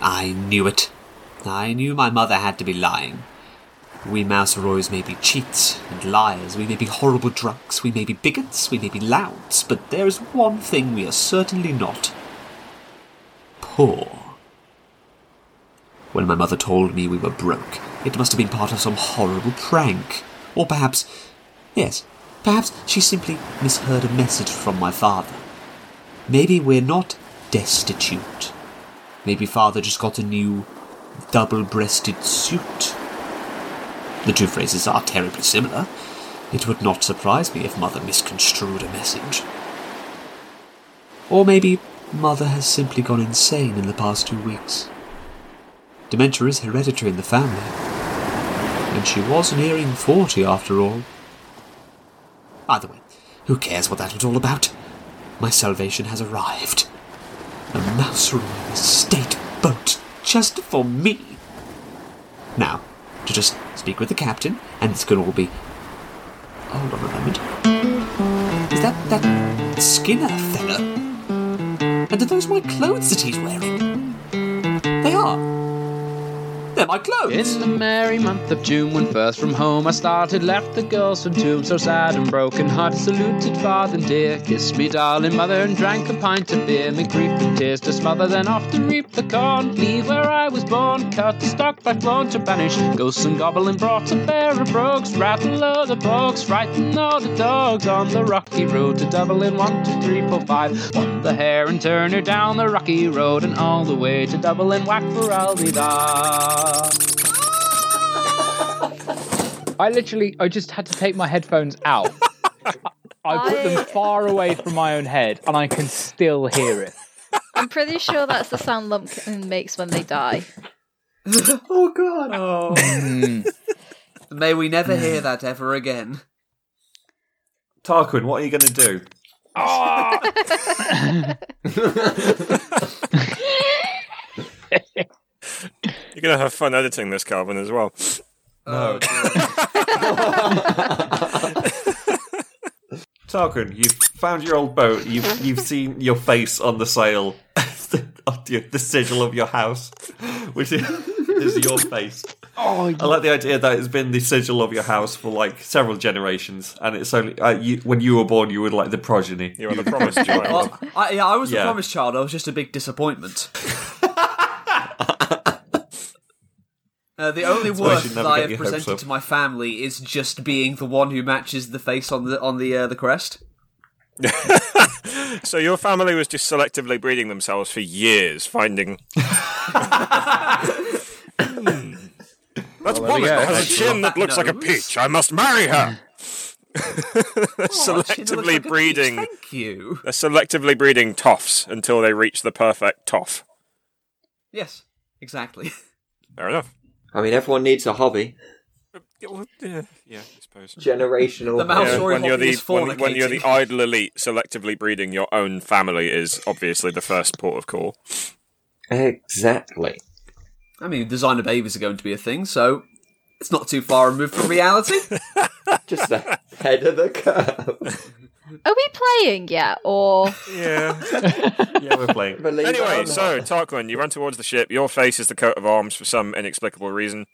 I knew it. I knew my mother had to be lying. We Mouseroys may be cheats and liars, we may be horrible drunks, we may be bigots, we may be louts, but there is one thing we are certainly not. Poor. When my mother told me we were broke, it must have been part of some horrible prank. Or perhaps, yes, perhaps she simply misheard a message from my father. Maybe we're not destitute. Maybe father just got a new double breasted suit. The two phrases are terribly similar. It would not surprise me if mother misconstrued a message. Or maybe mother has simply gone insane in the past two weeks. Dementia is hereditary in the family. And she was nearing 40 after all. Either way, who cares what that was all about? My salvation has arrived. A mouse room estate boat just for me. Now, to just speak with the captain, and this can all be. Hold on a moment. Is that that Skinner fella? And are those my clothes that he's wearing? They are. They're my clothes. It's the merry month of June when first from home I started, left the girls from tomb so sad and broken heart. Saluted father and dear, kissed me darling mother and drank a pint of beer. Me grief and tears to smother, then often reap the corn. Leave where I was born, cut the stock back born to banish. Ghosts and goblin brought a pair of brogues, rattle all the brogues, frighten all the dogs on the rocky road to Dublin. One, two, three, four, five. Won the hare and turn her down the rocky road and all the way to Dublin. Whack for Aldi I literally, I just had to take my headphones out. I put them I- far away from my own head, and I can still hear it. I'm pretty sure that's the sound Lumpkin makes when they die. Oh god. Oh, Mm. May we never hear that ever again. Tarquin, what are you going to do? You're going to have fun editing this, Calvin, as well. No. Tarquin, you've found your old boat. You've you've seen your face on the sail, of your- the sigil of your house, which is, is your face. Oh, I like the idea that it's been the sigil of your house for like several generations, and it's only uh, you, when you were born you were like the progeny. You're on the promised child. Well, Oh, I, yeah, I was Yeah. the promised child. I was just a big disappointment. Uh, the only why you worth should that never I get have your hopes presented up. to my family is just being the one who matches the face on the on the uh, the crest. So your family was just selectively breeding themselves for years, finding. Hmm. That's well, we go. has a chin that looks like a Nose. peach. I must marry her. Oh, that shit looks selectively like a peach. breeding. Thank you. They're selectively breeding toffs until they reach the perfect toff. Yes, exactly. Fair enough. I mean, everyone needs a hobby. Yeah, well, yeah, yeah, I suppose. Generational. The mouse hobby. Sorry, when you're hobby the is when, when you're the fornicating. idle elite, selectively breeding your own family is obviously the first port of call. Exactly. I mean, designer babies are going to be a thing, so it's not too far removed from reality. Just ahead of the curve. Are we playing yet, or Yeah. Yeah, we're playing. Believe it or Anyway, not. so Tarquin, you run towards the ship. Your face is the coat of arms for some inexplicable reason.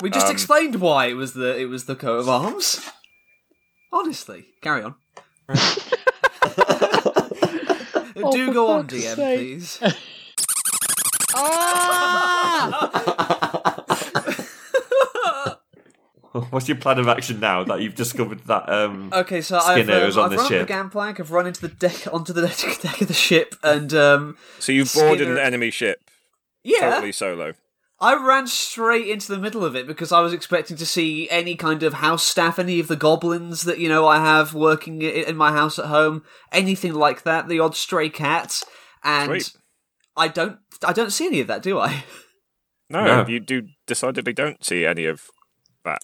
We just Um, explained why it was the it was the coat of arms. Honestly, carry on. Do Oh, for go on, fuck's DM, sake. please. Ah! What's your plan of action now that you've discovered that? Um, Okay, so Skinner I've, is on I've the run ship. up the gangplank. I've run into the deck onto the deck, deck of the ship, and um, So you boarded an Skinner- enemy ship yeah, totally solo. I ran straight into the middle of it because I was expecting to see any kind of house staff, any of the goblins that you know I have working i- in my house at home, anything like that. The odd stray cat, and Sweet. I don't, I don't see any of that, do I? No, No. you do decidedly don't see any of that.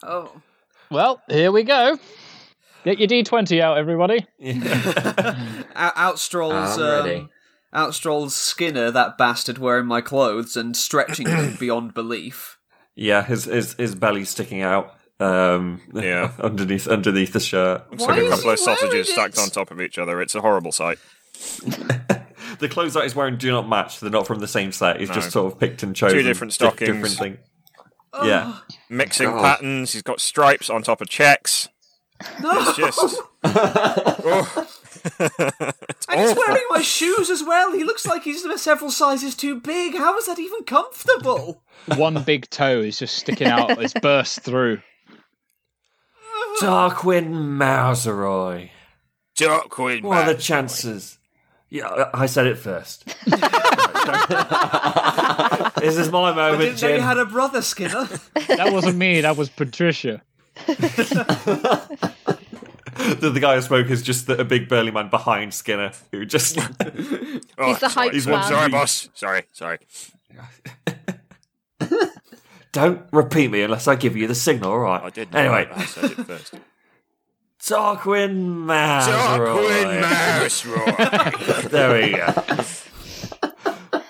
Oh, well, here we go. Get your D20 out, everybody. out, out strolls, Ah, I'm um, ready. out strolls Skinner, that bastard wearing my clothes and stretching them beyond belief. yeah, his his his belly sticking out. Um, Yeah. underneath underneath the shirt. It's like a is couple he of sausages wearing it? stacked on top of each other. It's a horrible sight. the clothes that he's wearing do not match. They're not from the same set. He's just sort of picked and chosen different di- stockings. Different thing. Yeah, Mixing God. patterns. He's got stripes on top of checks. It's just. Oh. it's And he's awful. wearing my shoes as well. He looks like he's several sizes too big. How is that even comfortable? One big toe is just sticking out. It's burst through. Darkwing Mouseroy. Darkwing What are Man. the chances? Yeah, I- I said it first. this is my I moment, didn't know you Jim. had a brother, Skinner. That wasn't me. That was Patricia. the, the guy who spoke is just the, a big burly man behind Skinner, who just Oh, He's the sorry. hype He's- man. Sorry, boss. Sorry, sorry. don't repeat me unless I give you the signal. All right. I did. know Anyway, that. I said it first. Darkwing Mouse. Darkwing Mouse Roy. There we go.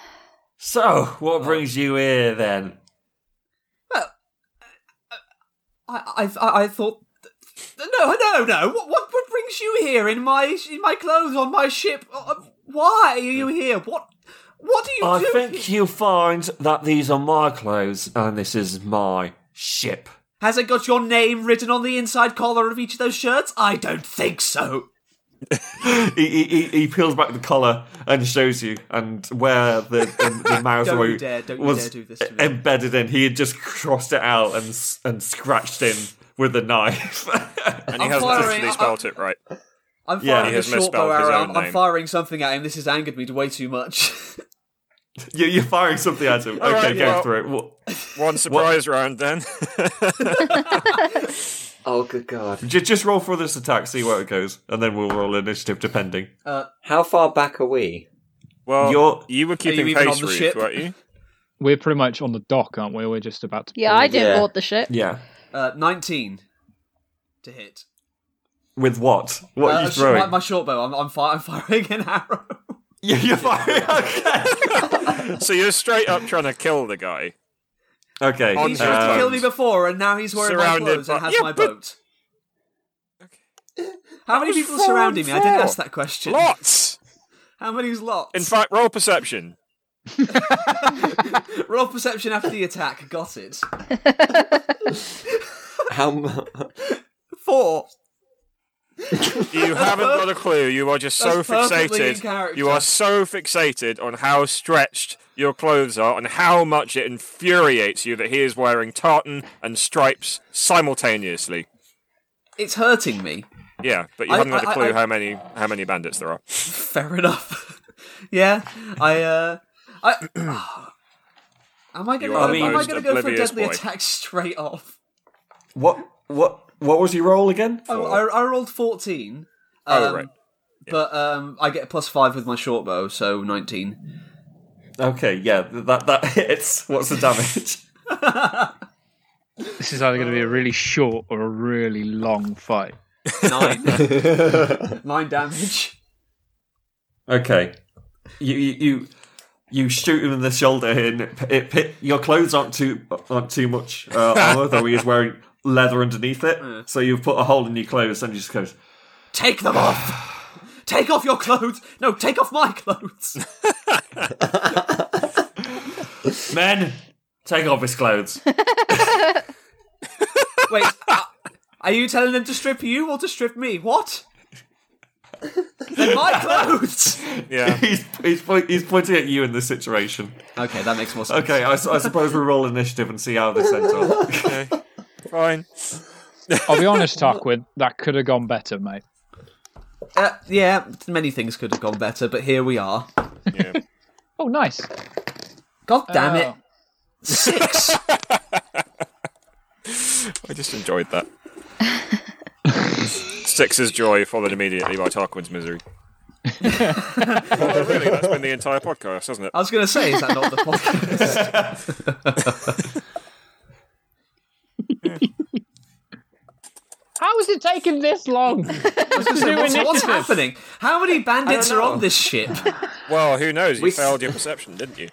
so, what brings you here then? I, I, I- I thought. No, no, no. What, what, what brings you here in my in my clothes on my ship? Uh, Why are you here? What what do you I do? think you'll find that these are my clothes and this is my ship. Has it got your name written on the inside collar of each of those shirts? I don't think so. He, he, he- he peels back the collar and shows you and where the, the, the mouse Don't wa- you dare- don't you was dare do this to me. embedded in. He had just crossed it out and s- and scratched in with a knife. And he I'm hasn't firing- actually I'm- spelt it right. I'm Yeah, firing he a has short bow misspelled his arrow. own I'm, I'm name. firing something at him. This has angered me way too much. You- You're firing something at him. Okay, All right, go well- for it. What- One surprise round then. Oh, good God. Ju- Just roll for this attack, see where it goes, and then we'll roll initiative depending. How far back are we? well, You're- You're, you were keeping even on pace, the Ruth, ship? weren't you? We're pretty much on the dock, aren't we? We're just about to. Yeah, I didn't Yeah. board the ship. Yeah. uh, Nineteen to hit. With what? What are Uh, you sh- throwing? My, my short bow. I'm, I'm, fi- I'm firing an arrow. Yeah, You're firing. Okay. So you're straight up trying to kill the guy. okay. uh, On He's your tried to Um, kill me before, and now he's wearing my surrounded clothes and by- has Yeah, my but- boat. How many was people are four surrounding and me? I didn't four. ask that question. Lots. How many's lots? In fact, roll perception. Roll perception after the attack. Got it. How mu- Four. You haven't got a clue. You are just so That's perfectly in fixated. character. You are so fixated on how stretched your clothes are and how much it infuriates you that he is wearing tartan and stripes simultaneously. It's hurting me. Yeah, but you I- haven't got I- a clue I- how many how many bandits there are. Fair enough. yeah. I. uh... I. Am I gonna, You are go, the am I most gonna go for a oblivious deadly boy. attack straight off? what? What? What was your roll again? I, I, I rolled 14, oh um, right. but um, I get a plus 5 with my short bow, so 19. Okay, yeah, th- that that hits. What's the damage? This is either going to be a really short or a really long fight. Nine. Nine damage. okay, you you. you you shoot him in the shoulder, and it, it, it, your clothes aren't too aren't too much uh, armor, though he is wearing leather underneath it. So you've put a hole in your clothes, and he just goes, Take them off! take off your clothes! No, take off my clothes! "Men, take off his clothes." Wait, uh, are you telling them to strip you or to strip me? What? They're my clothes! Yeah. he's, he's, point- he's pointing at you in this situation. Okay, that makes more sense. Okay, I, s- I suppose we roll initiative and see how this ends up. Okay. Fine. I'll be honest, Tarquin, that could have gone better, mate. Uh, yeah, many things could have gone better, but here we are. Oh, nice. God damn it. Oh. Six! I just enjoyed that. Six's joy followed immediately by Tarquin's misery. well, really, that's been the entire podcast, hasn't it? I was going to say, is that not the podcast? How is it taking this long? what's, what's happening? How many bandits are on this ship? Well, who knows? You We- failed your perception, didn't you?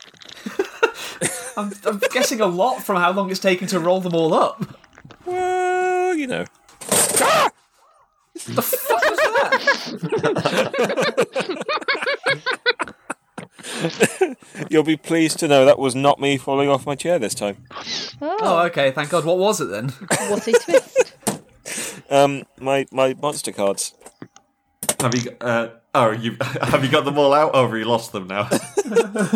I'm, I'm guessing a lot from how long it's taken to roll them all up. What Well, you know. was that? You'll be pleased to know that was not me falling off my chair this time. Oh, Oh, okay. Thank God. What was it then? what a twist. Um, my my monster cards. Have you? Uh, oh, you have you got them all out, or have you lost them now?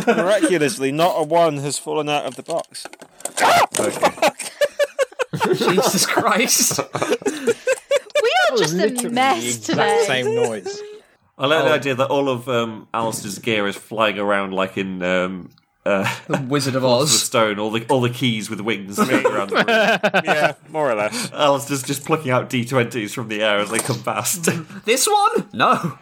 Miraculously, not a one has fallen out of the box. okay. Jesus Christ. We are just a Literally the mess exact today. same noise. I like Oh. the idea that all of um, Alistair's gear is flying around like in um, uh, the Wizard of the Oz. stone. All the all the keys with wings. flying around the room. Yeah, more or less. Alistair's just plucking out D20s from the air as they come past. This one? No.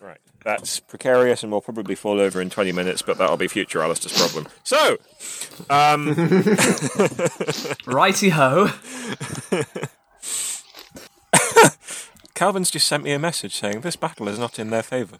Right. That's precarious and will probably fall over in 20 minutes, but that'll be future Alistair's problem. So, Righty ho. Calvin's just sent me a message saying this battle is not in their favour.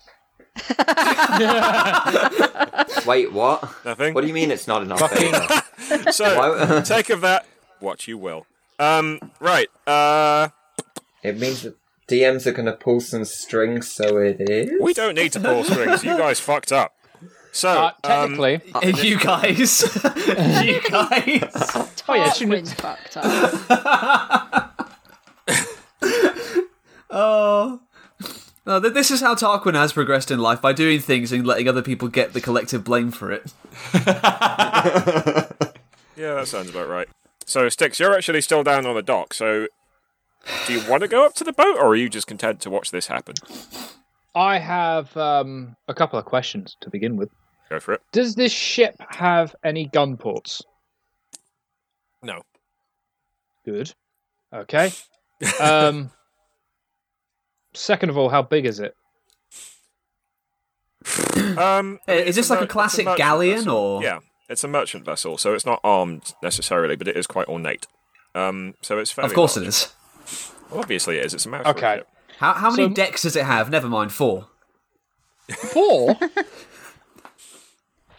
Wait, what? Nothing. What do you mean it's not enough? Fucking- favour? So, take of that what you will. Um, right. Uh, it means that DMs are going to pull some strings, so it is. we don't need to pull strings. You guys fucked up. So, Uh, um, technically, you guys. you guys. oh yeah, That shouldn't wind's fucked up. Oh. No, th- this is how Tarquin has progressed in life by doing things and letting other people get the collective blame for it. Yeah, that sounds about right. So, Sticks, you're actually still down on the dock, so do you want to go up to the boat, or are you just content to watch this happen? I have um, a couple of questions to begin with. Go for it. Does this ship have any gun ports? No. Good. Okay. Um, second of all, how big is it? Um, Uh, Is this like mer- a it's classic merchant galleon vessel. or? Yeah, it's a merchant vessel, so it's not armed necessarily, but it is quite ornate. Um, so it's fairly Of course large. it is. Obviously, it is. It's a merchant Okay. ship. How, how many So- decks does it have? Never mind, four. Four.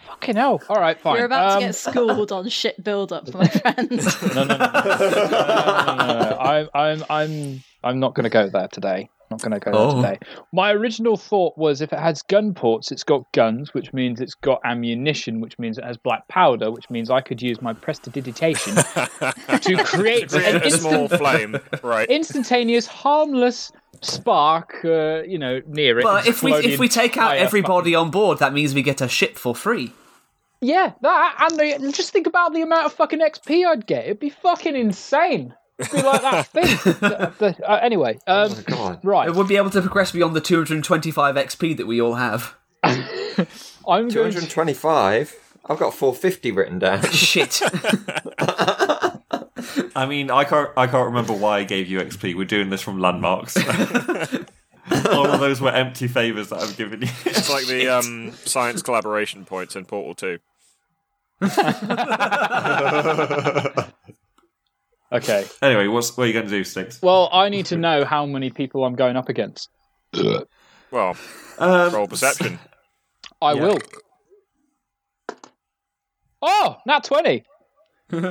Fucking hell! All right, fine. You're about Um, to get schooled on shit build-up, my friend. no, no, no, no, no, no, no, no, no. Uh, I'm, I'm, I'm, I'm not going to go there today. Not going to go Oh. there today. My original thought was if it has gun ports, it's got guns, which means it's got ammunition, which means it has black powder, which means I could use my prestidigitation to create Create an a small instant, flame, right? instantaneous, harmless spark. Uh, you know, near it. But if we if we take out Oh, Fire. everybody on board, that means we get a ship for free. yeah, that and the, just think about the amount of fucking XP I'd get. It'd be fucking insane. It'd be like that thing. The- the- uh, anyway, um, Oh, God. right. It would be able to progress beyond the 225 XP that we all have. I'm going to 225? I've got 450 written down. Shit. I mean, I can't I can't remember why I gave you XP. We're doing this from landmarks. all of those were empty favors that I've given you. It's like the um, science collaboration points in Portal 2. Okay. Anyway, what's what are you going to do, Sticks? Well, I need to know how many people I'm going up against. Well, Um, roll perception. I Yeah. will. Oh, not 20. That's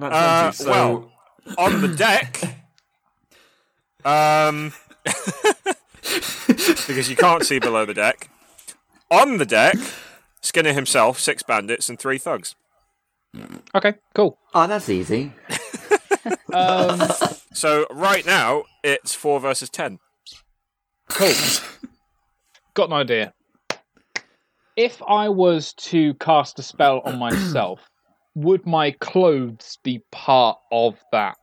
Uh, empty, so well. On the deck. Um, because you can't see below the deck. On the deck, Skinner himself, six bandits, and three thugs. Okay, cool. Oh, that's easy. Um, So right now, it's four versus ten. cool. Got an idea. If I was to cast a spell on myself, would my clothes be part of that?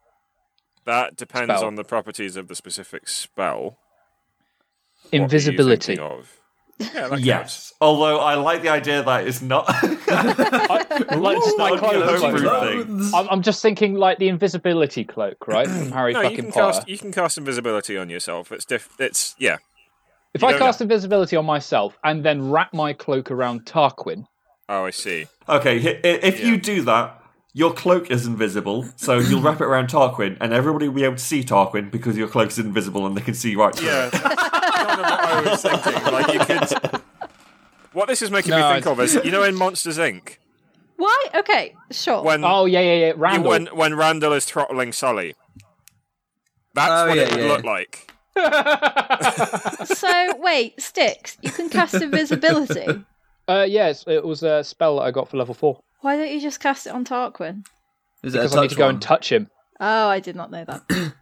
That depends Spell. on the properties of the specific spell. What are you Invisibility. thinking of? Yeah, that counts. yes. Although I like the idea that it's not I- like, just my Ooh, clothes. homebrew like- thing. I'm, I'm just thinking like the invisibility cloak, right? From Harry No, you fucking can Potter. cast you can cast invisibility on yourself. It's diff. It's yeah. If You I don't cast invisibility on myself and then wrap my cloak around Tarquin, Oh, I see. Okay, hi- i- if you do that, your cloak is invisible, so you'll wrap it around Tarquin, and everybody will be able to see Tarquin because your cloak is invisible and they can see right through. Yeah, that's kind of what I was thinking. Like you could. What this is making No, me think it's- of is you know in Monsters Inc. Why? Okay, sure. when oh yeah, yeah, yeah, you- Randall. when when Randall is throttling Sully. That's Oh, what yeah, it would yeah. look like. so wait, sticks. You can cast invisibility. Uh, yes, it was a spell that I got for level four. Why don't you just cast it on Tarquin? Is it a Because I need touch to go one? and touch him. Oh, I did not know that.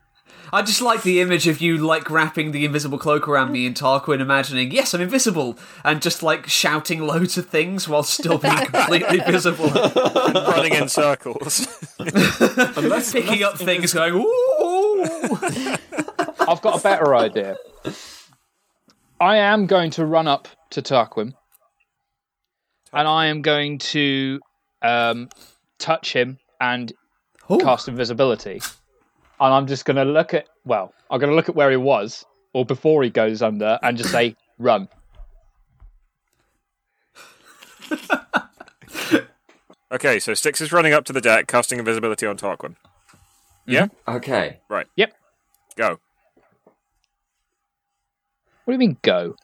I just like the image of you like wrapping the invisible cloak around me and Tarquin imagining, yes, I'm invisible, and just like shouting loads of things while still being completely visible, running in circles. picking up things, going, ooh. I've got a better idea. I am going to run up to Tarquin, and I am going to um, touch him and Ooh. cast invisibility. And I'm just going to look at well, I'm going to look at where he was or before he goes under, and just say run. okay, so Styx is running up to the deck, casting invisibility on Tarquin. Yeah? Okay. Right. Yep. Go. What do you mean go?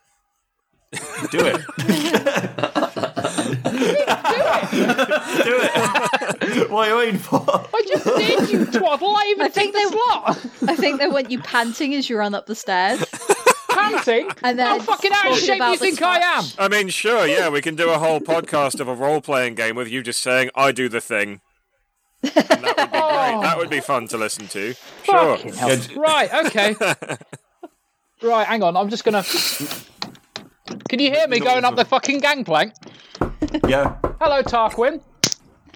Do it. Do it. what are you waiting for? I just did you twaddle. I even think took the slot. I think they want you panting as you run up the stairs, Panting. and then How fucking out of talking shape do about you the think I am? touch. I mean, sure, yeah, we can do a whole podcast of a role playing game with you just saying, I do the thing. And that would be great. That would be fun to listen to. Sure. Fucking hell. Oh. Right, okay. right, hang on. I'm just gonna. Can you hear me going up the fucking gangplank? Yeah. Hello, Tarquin.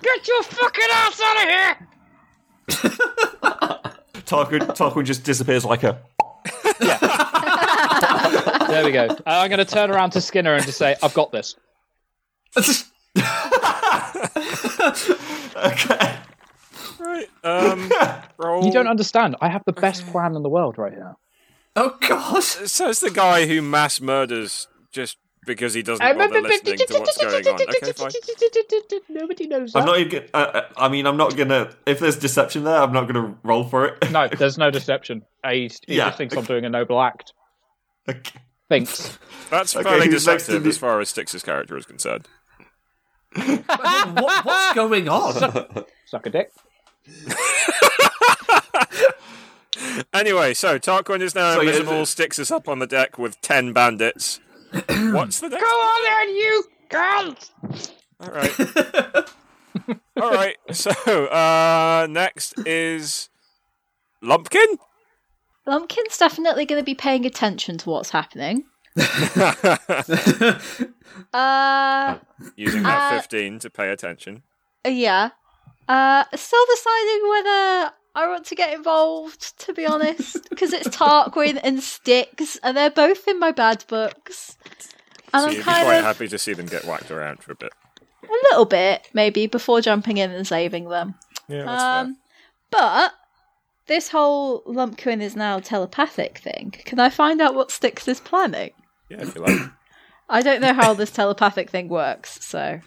Get your fucking ass out of here! Tarquin, Tarquin just disappears like a. There we go. Uh, I'm gonna turn around to Skinner and just say, "I've got this." Right. Um, roll. You don't understand. I have the best plan in the world right now. oh god. So it's the guy who mass murders just because he doesn't bother listening to what's going on. Okay, fine. Nobody knows I'm that. not even. I, I I mean, I'm not gonna. If there's deception there, I'm not gonna roll for it. No, there's no deception. He, he Yeah. just thinks I'm doing a noble act. Okay. Thinks. That's Okay, fairly who's next to deceptive the- as far as Styx's character is concerned. What, what's going on? Suck a dick. Anyway, so Tarquin is now So, yeah, invisible. the- Styx is up on the deck with ten bandits. What's the next? Go on then, you girls. All right. All right. So uh, next is Lumpkin. Lumpkin's definitely going to be paying attention to what's happening. uh, Using that Uh, fifteen to pay attention. yeah. Uh, still deciding whether I want to get involved. To be honest, because it's Tarquin and Sticks, and they're both in my bad books. And So I'm you'd be kind quite of happy to see them get whacked around for a bit. a little bit, maybe, before jumping in and saving them. Yeah, that's Um, but this whole Lumpkin is now telepathic thing. Can I find out what Styx is planning? fair. Yeah, if you like. I don't know how this telepathic thing works, so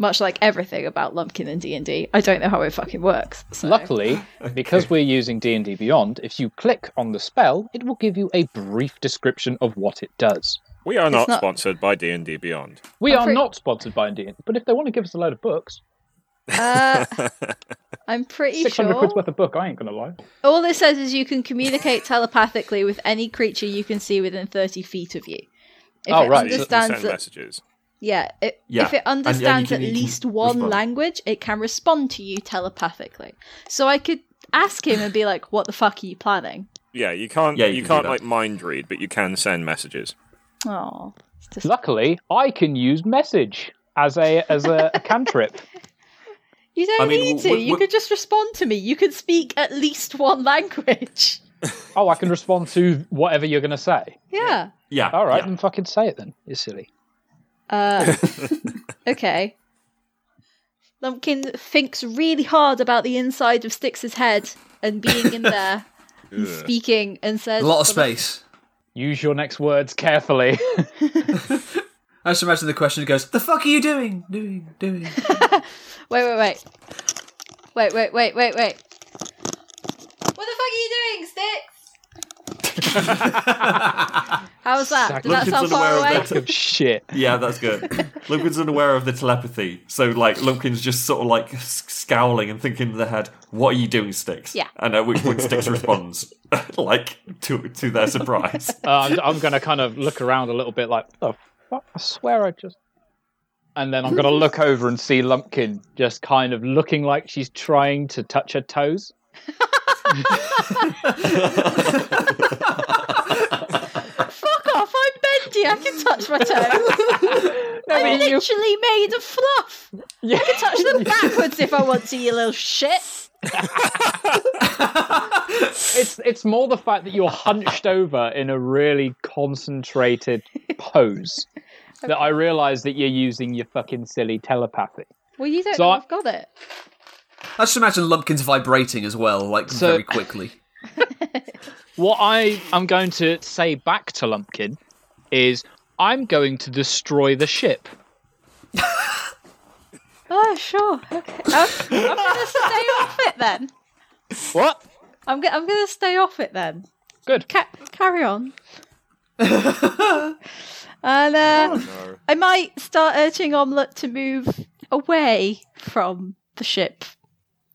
much like everything about Lumpkin and D and D, I don't know how it fucking works. So. Luckily, because we're using D&D Beyond, if you click on the spell, it will give you a brief description of what it does. We are not, not- sponsored by D and D Beyond. We I'm are pretty- not sponsored by D&D, but if they want to give us a load of books, Uh, I'm pretty 600 sure. quid's worth of book, I ain't going to lie. All it says is you can communicate telepathically with any creature you can see within 30 feet of you. If Oh, it right, so You can understands send that- messages. Yeah, it, Yeah, if it and- and you understands can- at you can least one respond. language, it can respond to you telepathically. So I could ask him and be like, "What the fuck are you planning?" Yeah, you can't. Yeah, you you, can do can't that. like mind read, but you can send messages. Oh, it's just Luckily, I can use message as a as a, a cantrip. you don't I mean, need w- to. w- you w- could just respond to me. You could speak at least one language. Oh, I can respond to whatever you're going to say. Yeah. Yeah. All right, Yeah. then fucking say it then. You're silly. Uh, okay. Lumpkin thinks really hard about the inside of Styx's head and being in there and speaking and says, A lot of space. Use your next words carefully. I just imagine the question goes, the fuck are you doing? Doing, doing. Wait, wait, wait. Wait, wait, wait, wait, wait. What the fuck are you doing, Sticks? How's that? Does that Lumpkin's sound far unaware away? of that. Shit. Yeah, that's good. Lumpkin's unaware of the telepathy, so like Lumpkin's just sort of like s- scowling and thinking in their head, "What are you doing, Sticks?" Yeah. and at which point Sticks responds, like to to their surprise. Uh, I'm, I'm going to kind of look around a little bit like, oh, fuck, I swear I just. And then I'm going to look over and see Lumpkin just kind of looking like she's trying to touch her toes. Fuck off, I'm bendy, I can touch my toe. I but you- literally made of fluff. Yeah. Touch them backwards if I want to, you little shit. It's, it's more the fact that you're hunched over in a really concentrated pose that I realize that you're using your fucking silly telepathy. Well, you don't So know I- I've got it. I just imagine Lumpkins vibrating as well, like So- very quickly. What I am going to say back to Lumpkin is I'm going to destroy the ship. Oh, sure. Okay. I'm, I'm going to stay off it then. What? I'm, go- I'm going to stay off it then. Good. Ca- carry on. and uh, I might start urging Omelette to move away from the ship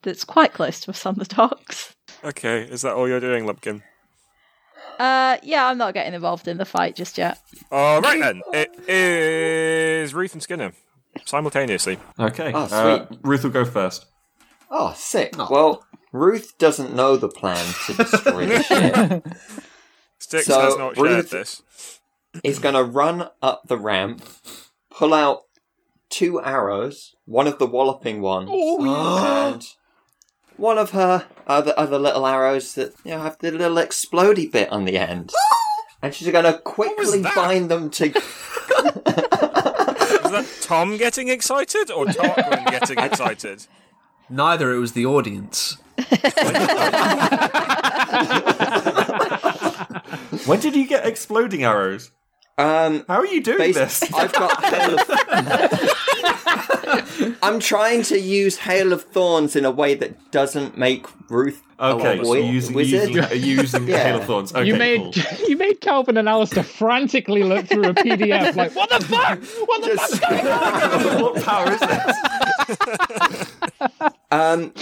that's quite close to us on the docks. Okay, is that all you're doing, Lumpkin? Uh, yeah, I'm not getting involved in the fight just yet. All right then. It is Ruth and Skinner simultaneously. Okay, Oh, uh, Ruth will go first. Oh, sick. Well, Ruth doesn't know the plan to destroy the ship. Sticks So, has not shared Ruth- this. He's going to run up the ramp, pull out two arrows, one of the walloping ones, Oh, and one of her other other little arrows that you know have the little explodey bit on the end. And she's going to quickly that? bind them to. Is that Tom getting excited or Tarquin getting excited? Neither it was the audience. When did you get exploding arrows? Um, How are you doing Basi- this? I've got Hail of. I'm trying to use Hail of Thorns in a way that doesn't make Ruth Okay, so a wi- you're using wizard. using, using Yeah. Hail of Thorns. Okay, you made cool. you made Calvin and Alistair frantically look through a PDF like what the fuck? What the Just- fuck? what power is this? Um,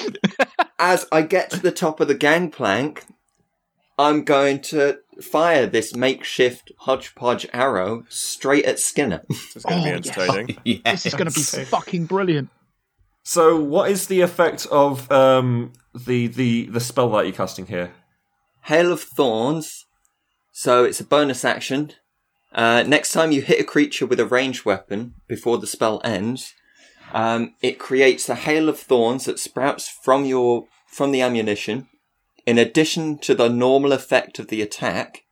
as I get to the top of the gangplank, I'm going to fire this makeshift hodgepodge arrow straight at Skinner. This is going to be entertaining. Yes. This is going to be fucking brilliant. So, what is the effect of um, the the the spell that you're casting here? Hail of Thorns. So it's a bonus action. Uh, next time you hit a creature with a ranged weapon before the spell ends, um, it creates a hail of thorns that sprouts from your from the ammunition. In addition to the normal effect of the attack,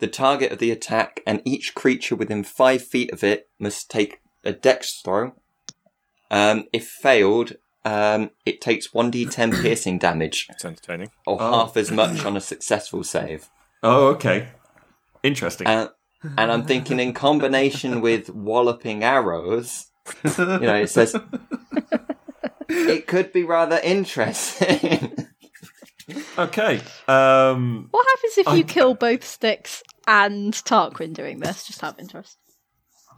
the target of the attack and each creature within five feet of it must take a dex throw. Um, if failed, um, it takes 1d10 piercing damage It's entertaining. or half as much on a successful save. Oh, okay, interesting. And, and I'm thinking, in combination with walloping arrows, you know, it says it could be rather interesting. okay, um, What happens if you kill both Sticks and Tarquin doing this? Just out of interest.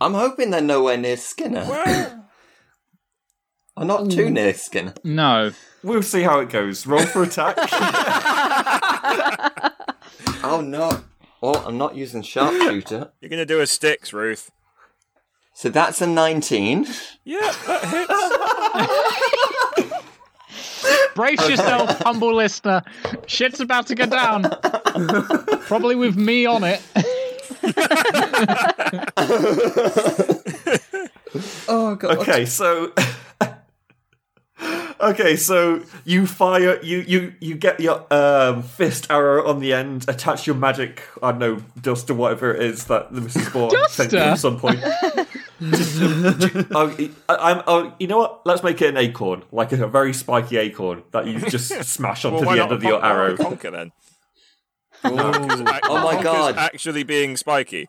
I'm hoping they're nowhere near Skinner, or not too near Skinner. No. we'll see how it goes. Roll for attack. Oh no! Oh, I'm not using sharpshooter. You're going to do a sticks, Ruth. So that's a 19. Yeah, that hits. Brace yourself, humble listener. Shit's about to go down. Probably with me on it. Oh god. Okay, so. Okay, so you fire, you you you get your um, fist arrow on the end, attach your magic, I don't know, dust or whatever it is that the Mrs. Bourne sent you Duster? at some point. Oh, I, I'm, oh, you know what? Let's make it an acorn, like a, very spiky acorn that you just smash onto Well, why the not end of a your con- why not arrow. a Conker then. Oh my Conker's God. Actually being spiky.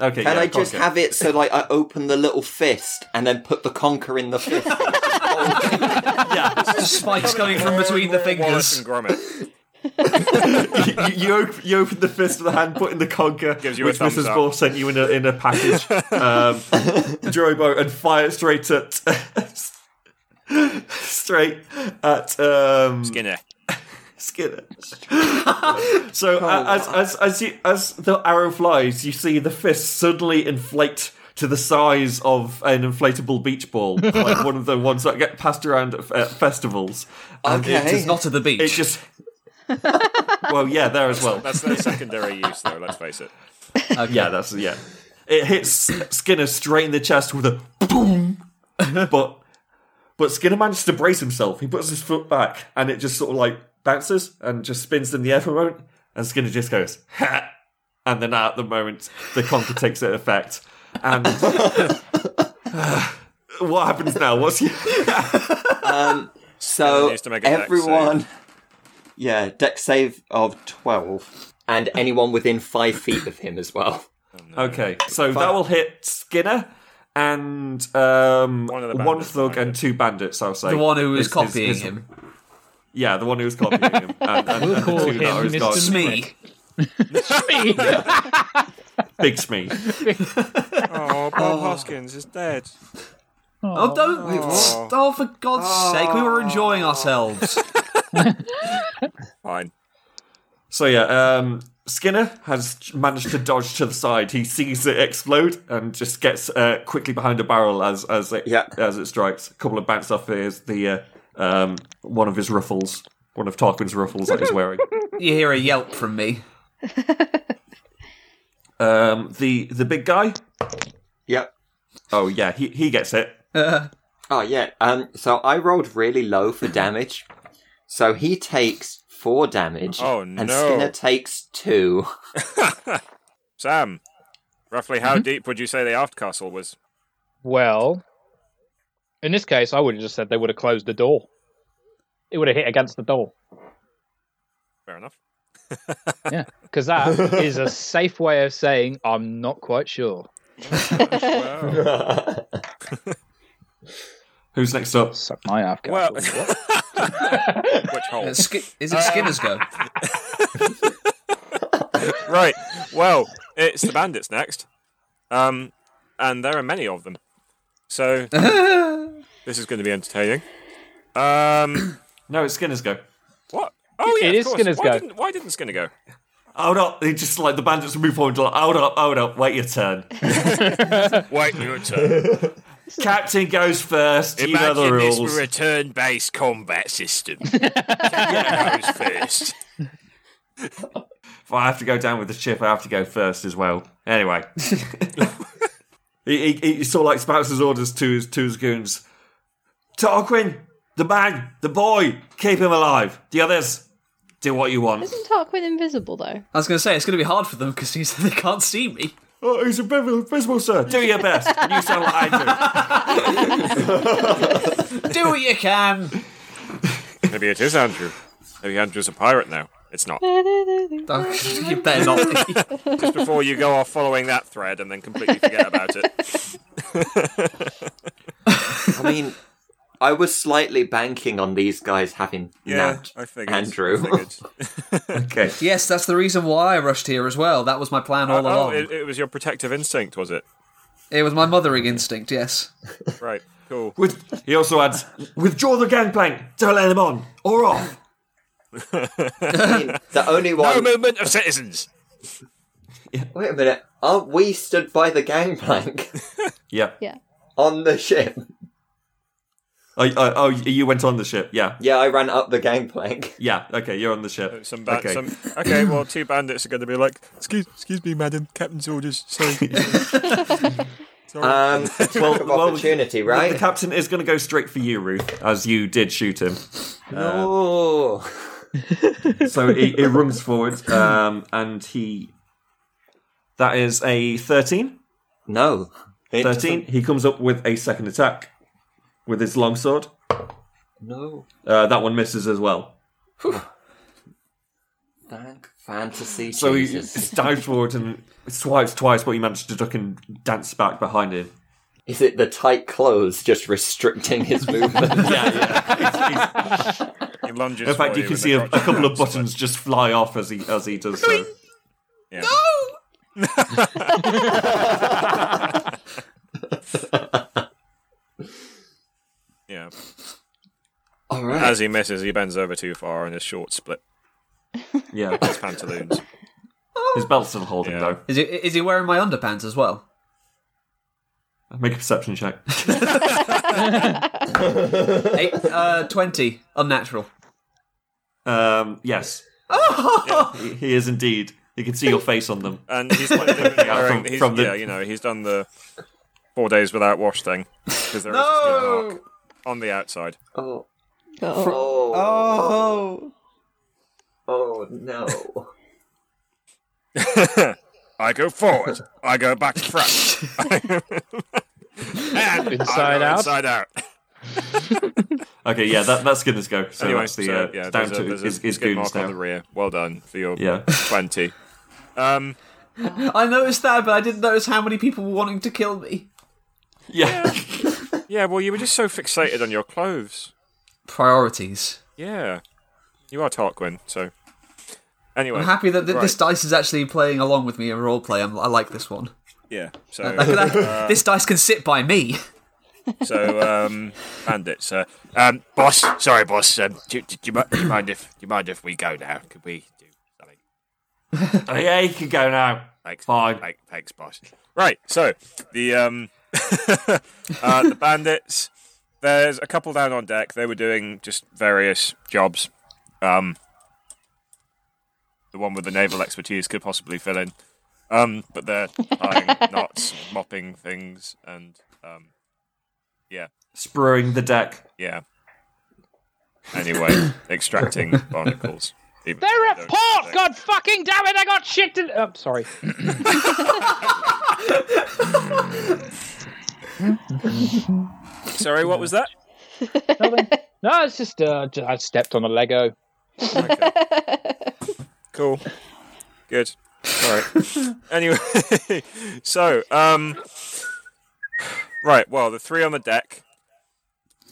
Okay, Can yeah, I just conker. have it so like I open the little fist and then put the conker in the fist? Yeah, Spikes coming from between the Wallace fingers. and Gromit. you, you, op- you open the fist of the hand, put in the conker, Gives you a which thumbs Mrs. up. Boar sent you in a, in a package, um, Drobo, and fire straight at. straight at. Um, Skinner. Skinner. so a- as, as as you as the arrow flies, you see the fist suddenly inflate to the size of an inflatable beach ball, like one of the ones that get passed around at, at festivals. And Okay. it It's just, not at the beach. it just. well, yeah, there as well. That's their secondary use, though. Let's face it. Yeah, that's yeah. It hits Skinner straight in the chest with a boom, but but Skinner manages to brace himself. He puts his foot back, and it just sort of like bounces and just spins in the air for a moment. And Skinner just goes ha, and then at the moment the conker takes its effect. And what happens now? What's your Everyone So needs to make a dex everyone, yeah, deck save of twelve, and anyone within five feet of him as well. okay? So that will hit Skinner. And um, one, One of the bandits thug behind and two bandits, I'll say. the one who was Is- is- copying is- him. Yeah, the one who was copying him. And, and, We'll and call the two him that are his Mr. dogs. Smee. Smee. Big Smee. Oh, Bob Hoskins is dead. Oh, don't. Oh, for God's sake, we were enjoying ourselves. Fine. So yeah, um, Skinner has managed to dodge to the side. He sees it explode and just gets uh, quickly behind a barrel as as it Yeah. as it strikes. A couple of bounce off his the uh, um, one of his ruffles, one of Tarquin's ruffles that he's wearing. you hear a yelp from me. Um, the the big guy. Yep. Oh yeah, he he gets it. Oh yeah. Um. So I rolled really low for damage. So he takes four damage. Oh, And no. Skinner takes two. Sam, roughly how Mm-hmm. deep would you say the aft castle was? Well, in this case, I would have just said they would have closed the door. It would have hit against the door. Fair enough. Yeah, because that is a safe way of saying I'm not quite sure. Well, Who's next up? Suck my ass. Well, well which hole? Uh, Ski- is it Skinner's go? Right. Well, it's the bandits next. Um, and there are many of them. So this is going to be entertaining. Um, No, it's Skinner's go. what? Oh yeah, It of is course. Skinner's why go. Didn't, why didn't Skinner go? Hold up! They just like the bandits move forward. Like, hold up! Hold up! Wait your turn. Wait your turn. Captain goes first. you know the Imagine this rules. were a turn-based combat system. Captain goes first. If I have to go down with the ship, I have to go first as well. Anyway. he, he, he sort of like spouts his orders to his, to his goons. Tarquin, the man, the boy, keep him alive. The others, do what you want. Isn't Tarquin invisible though? I was going to say it's going to be hard for them because they can't see me. Oh, he's invisible, sir. Do your best. you sound like I do. Do what you can. Maybe it is Andrew. Maybe Andrew's a pirate now. It's not. Don't- you better not. be. Just before you go off following that thread and then completely forget about it. I mean, I was slightly banking on these guys having Yeah, nabbed I figured. Andrew. I figured. Okay. yes, that's the reason why I rushed here as well. That was my plan all oh, along. it, it was your protective instinct, was it? it was my mothering instinct. Yes. Right. Cool. With, he also adds, withdraw the gangplank. Don't let him on or off. I mean, the only No one. movement of citizens. Wait a minute. Aren't we stood by the gangplank Yeah. Yeah. on the ship? Oh, oh, oh, you went on the ship. Yeah. Yeah, I ran up the gangplank. Yeah. Okay, you're on the ship. Some, ba- okay. some okay. Well, two bandits are going to be like, excuse, excuse me, madam, captain's orders. Sorry. Um, attack Well- of well, opportunity, right? The captain is going to go straight for you, Ruth, as you did shoot him. Uh, no. So he, he runs forward, um, and he. That is a 13. No. It 13. He comes up with a second attack with his longsword. No. Uh, that one misses as well. Thank fantasy So he Jesus. dives forward and swipes twice, but he managed to duck and dance back behind him. Is it the tight clothes just restricting his movement? Yeah, yeah. He lunges. In fact, for you can with see a a, a crotch couple of grab, so buttons just fly off as he as he does so. Yeah. yeah. All right. As he misses, he bends over too far and his shorts split. Yeah, His pantaloons. his belt's still holding Yeah. though. Is he is he wearing my underpants as well? Make a perception check. Eight, uh, twenty, unnatural. Um, yes, he, he is indeed. You can see your face on them. And he's like doing- Yeah, wearing- from- he's- from the- yeah, you know, he's done the four days without wash thing because there is a skin mark on the outside. Oh. Oh. Oh. Oh no. I go forward. I go back to front. and I Inside go out? Inside out. Okay, yeah, that, that's goodness go. So anyway, that's the so, uh, yeah, down there's to a, there's a his, his skid goons mark on now. the rear. Well done for your Yeah. twenty. Um, I noticed that, but I didn't notice how many people were wanting to kill me. Yeah. yeah. Well, you were just so fixated on your clothes. Priorities. Yeah, you are Tarquin. So anyway, I'm happy that th- this right. dice is actually playing along with me in roleplay. I'm, I like this one. yeah. So Uh, this dice can sit by me. So, um, bandits. Uh, um, boss, sorry, boss. Um, do, do, do, you, mi- do you mind if do you mind if we go now? Could we do something? Oh, yeah, you can go now. Thanks, Fine. Thanks, thanks, boss. Right. So the um, uh, the bandits. There's a couple down on deck. They were doing just various jobs. Um, the one with the naval expertise could possibly fill in. Um, but they're tying knots, mopping things, and um, Spraying the deck. Yeah. Anyway, extracting barnacles. Even though They're they at don't port! extract- God fucking damn it! I got shit to. Oh, sorry. Sorry, what was that? No, it's just uh, ju- I stepped on a Lego. Cool. Good. All right. anyway, so um, right. Well, the three on the deck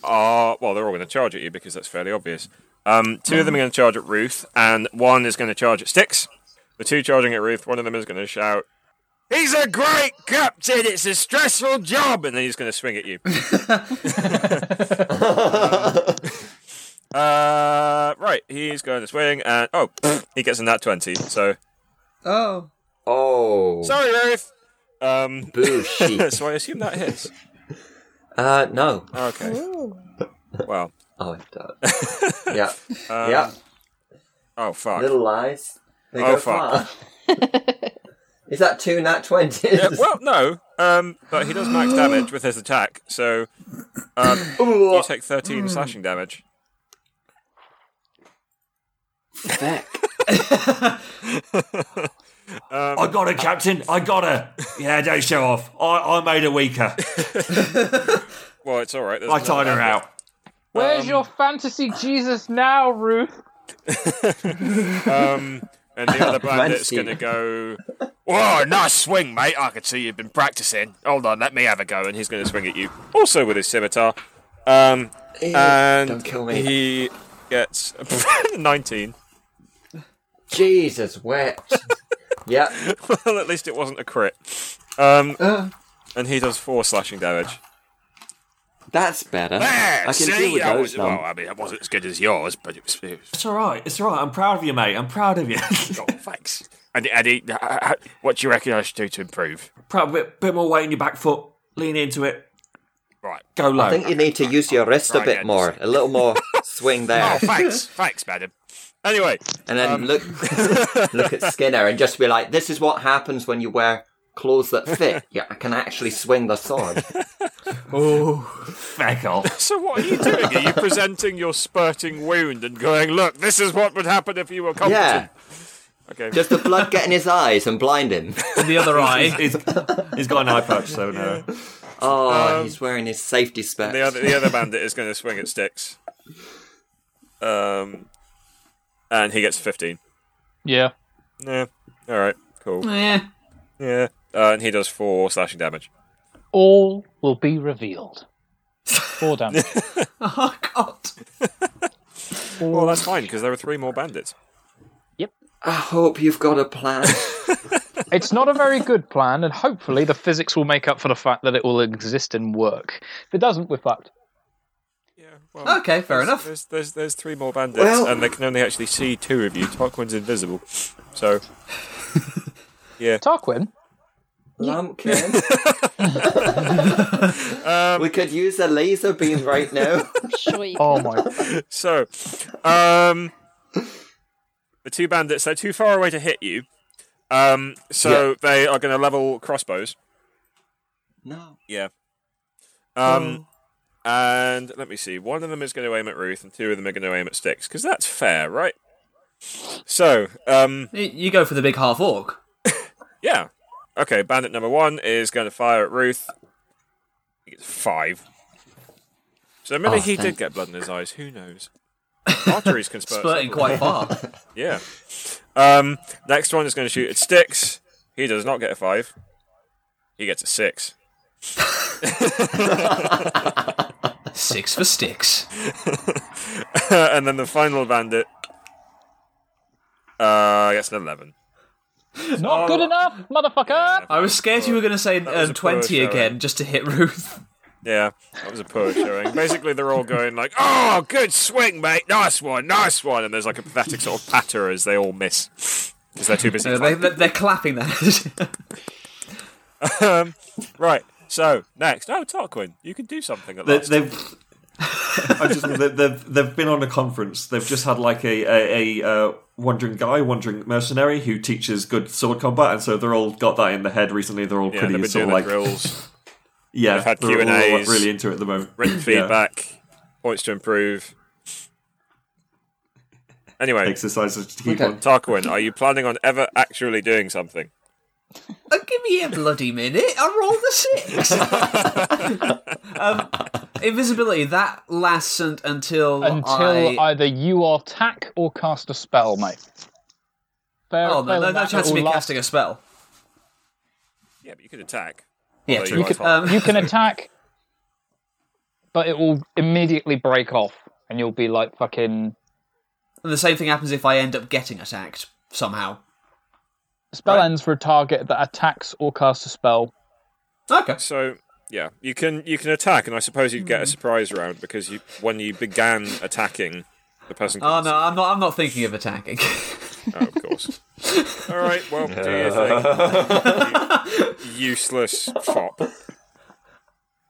are well. They're all going to charge at you because that's fairly obvious. Um, two of them are going to charge at Ruth, and one is going to charge at Sticks. The two charging at Ruth, one of them is going to shout, "He's a great captain. It's a stressful job," and then he's going to swing at you. Uh, right. He's going to swing, and oh, he gets a nat twenty. So Oh. oh. sorry, Ruth. Um, Boo shit. so I assume that hits. Uh, no. Okay. Well. Oh, it does. yeah. yeah. Oh fuck. Little lies. They Oh, go fuck. far. Is that two nat twenties? Yeah, well, no. Um, but he does max damage with his attack, so um, you take Hmm. thirteen slashing damage. Um, I got uh, her, Captain. I got her. Yeah, don't show off. I, I made her weaker. Well, it's all right. there's I no tied her bandit. out. Where's your fantasy Jesus now, Ruth? Um, and the other bandit's Fancy. going to go. Whoa, nice swing, mate! I can see you've been practicing. Hold on, let me have a go. And he's going to swing at you, also with his scimitar. Um, Ew, and don't kill me. he gets nineteen. Jesus wept. yeah. well, at least it wasn't a crit. Um, Uh. and he does four slashing damage. That's better. There, I can see, deal with that those was- oh, well, now. I mean, it wasn't as good as yours, but it was. It was It's all right. It's all right. I'm proud of you, mate. I'm proud of you. oh, thanks. And, and he, uh, uh, what do you reckon I should do to improve? proud. Bit, bit more weight in your back foot. Lean into it. Right. Go low. I think you need to use your wrist a Right, yeah, bit more. A little more swing Oh, um, there, thanks, thanks, madam. Anyway, and then look look at Skinner and just be like, "This is what happens when you wear clothes that fit. Yeah, I can actually swing the sword." Feck off. so what are you doing? Are you presenting your spurting wound and going, "Look, this is what would happen if you were yeah, competent"? Oh, Okay. just the blood get in his eyes and blind him. And the other eye. He's, he's got an eye patch, so no. Oh, he's wearing his safety specs. Um, the other the other bandit is going to swing at sticks. Um, and he gets fifteen. Yeah. Yeah. All right. Cool. yeah. Yeah. Uh, and he does four slashing damage. All will be revealed. Four damage. Oh, God. Well, that's fine because there are three more bandits. I hope you've got a plan. It's not a very good plan, and hopefully the physics will make up for the fact that it will exist and work. If it doesn't, we're fucked. Yeah. Well, Okay, fair there's- enough. There's, there's there's three more bandits, Well- and they can only actually see two of you. Tarquin's invisible, so yeah. Tarquin, Lumpkin. Um, we could use a laser beam right now. I'm sure you oh my, So, um, the two bandits they're too far away to hit you. Um, so they are going to level crossbows. no. Yeah. Um, Hmm. and let me see. One of them is going to aim at Ruth, and two of them are going to aim at Sticks, because that's fair, right? So, um, You, you go for the big half orc. yeah. Okay, bandit number one is going to fire at Ruth. He gets five. So maybe Oh, he did thank- get blood in his eyes. Who knows? Arteries can spurt. Splurting separately. quite far. Yeah. Um, next one is going to shoot at Sticks. He does not get a five. He gets a six. Six for sticks. Uh, and then the final bandit uh, gets an 11. Oh. not good enough, motherfucker. I was scared you were going to say was um, a poor 20 showing. again just to hit Ruth. Yeah, that was a poor showing. Basically, they're all going like, "Oh, good swing, mate! Nice one, nice one!" And there's like a pathetic sort of patter as they all miss because they're too busy. Uh, they, clapping. they- they're clapping that. Right. So next, oh Tarquin, you can do something at They, last. they've, I just, they, they've they've been on a conference. They've just had like a a, a uh, wandering guy, wandering mercenary who teaches good sword combat, and so they're all got that in their head recently. They're all yeah, pretty they've been sort doing of the like drills, yeah, had they're all, like, Q&As, really into it at the moment. written Yeah. feedback, points to improve. Anyway, exercises to keep Okay. on. Tarquin, are you planning on ever actually doing something? Uh, give me a bloody minute. I rolled a six. um, invisibility, that lasts un- until, Until I... either you are tack or cast a spell, mate. Fair, Oh, no, fair no, than no that, chance of it me will last- casting a spell. Yeah, but you could attack. Yeah, Although true. you might could- um, You can attack, but it will immediately break off, and you'll be like fucking and the same thing happens if I end up getting attacked somehow. spell Right. ends for a target that attacks or casts a spell. Okay. So yeah, you can you can attack, and I suppose you'd Hmm. get a surprise round because you when you began attacking, the person. Oh couldn't no, I'm not. I'm not thinking of attacking. see- Oh, of course. All right, well, do your thing. You useless fop.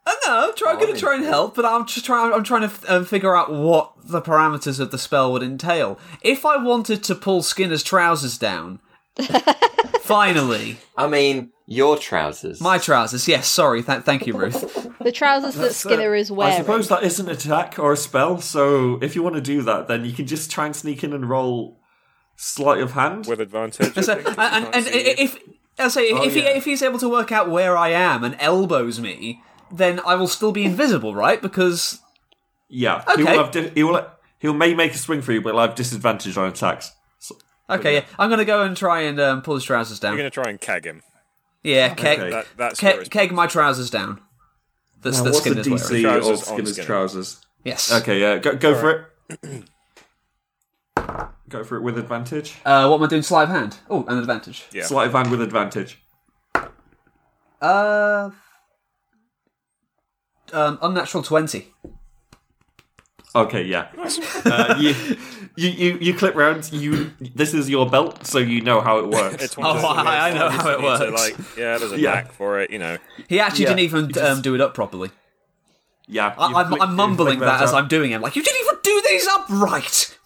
Oh, no, I'm, try, I'm going to try and help, but I'm just trying. I'm trying to f- um, figure out what the parameters of the spell would entail. If I wanted to pull Skinner's trousers down, finally, I mean, your trousers. my trousers. Yes, sorry. Th- thank you, Ruth. The trousers that Skinner is I wearing. suppose that is an attack or a spell, so if you want to do that, then you can just try and sneak in and roll sleight of hand. with advantage. I So, think, 'cause he and and, can't and see you. if I say if he yeah. if he's able to work out where I am and elbows me, then I will still be invisible, right? Because yeah, Okay. he will have. Di- he will. He will may make a swing for you, but he'll have disadvantage on attacks. So, okay, yeah. I'm going to go and try and um, pull his trousers you're down. going to try and kag him, Yeah, keg, Okay. that that's where keg, it's- keg my trousers down. That's now, that what's the Skinner's wearing. DC Trousers of on Skinner's Skinner. trousers? Yes. Okay, yeah, go, go for it. go for it with advantage. Uh, what am I doing? Sleight of hand. Oh, an advantage. Yeah. Sleight of hand with advantage. Uh, um, unnatural twenty. Okay, yeah. Uh, you, you, you, you clip round. You. This is your belt, so you know how it works. It's one of Oh, those I- I know things how it you need to, works. like, yeah, there's a Yeah. knack for it, you know. He actually Yeah, didn't even um, do it up properly. yeah, I, you I'm, flick- I'm you mumbling flick that round as up. I'm doing it. I'm like, you didn't even do these up right.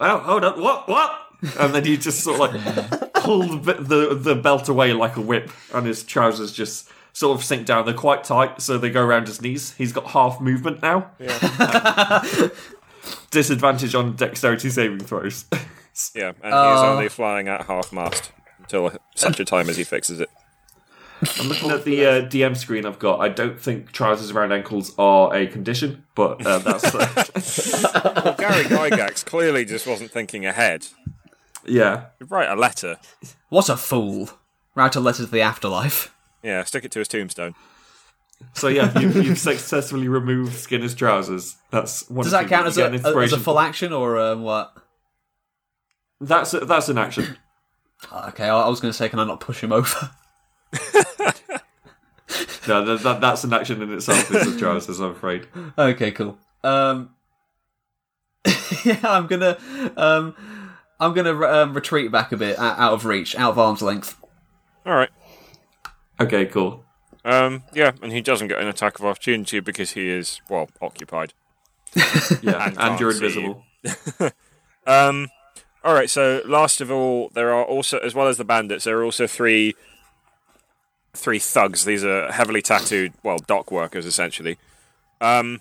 oh, hold up, what, what? And then you just sort of like pull the, the the belt away like a whip, and his trousers just sort of sink down. They're quite tight, so they go around his knees. He's got half movement now. Yeah. Disadvantage on dexterity saving throws. Yeah, and he's Oh. only flying at half mast until such a time as he fixes it. I'm looking at the uh, DM screen I've got. I don't think trousers around ankles are a condition, but uh, that's uh, Well, Gary Gygax clearly just wasn't thinking ahead. yeah. He'd Write a letter. What a fool! Write a letter to the afterlife. Yeah, stick it to his tombstone. So yeah, you've, you've successfully removed Skinner's trousers. That's one Does thing that count as you a, get an as a inspiration full action or um, what? for. That's a, that's an action. Ah, Okay, I I was going to say, can I not push him over? No, that, that, that's an action in itself. Is the trousers? I'm afraid. Okay, cool. Um, yeah, I'm gonna, um, I'm gonna um, retreat back a bit, o- out of reach, out of arm's length. All right. Okay, cool. Um, yeah, and he doesn't get an attack of opportunity because he is well occupied. Yeah, and, And can't you're see you. invisible. Um, all right. So last of all, there are also, as well as the bandits, there are also three, three thugs. These are heavily tattooed, well, dock workers essentially. Um,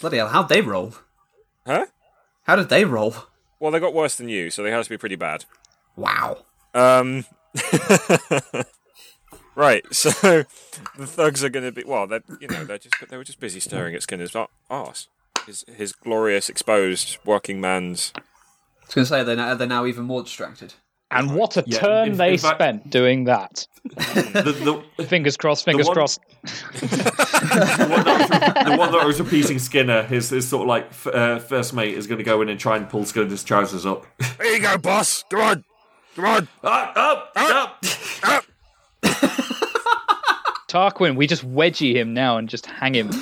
Bloody hell, how'd they roll? huh? How did they roll? Well, they got worse than you, so they had to be pretty bad. Wow. Um, right, so the thugs are going to be well. They, you know, they're just they were just busy staring at Skinner's ar- arse, his his glorious exposed working man's. I was going to say they're now, they're now even more distracted. And what a Yeah, turn in- they in fact- spent doing that. The, the, Fingers crossed, fingers one- crossed. the one that was, the one that was repeating Skinner, his, his sort of like f- uh, first mate is going to go in and try and pull Skinner's trousers up. There you go, boss. Come on, come on. up, up, up. Tarquin, we just wedgie him now and just hang him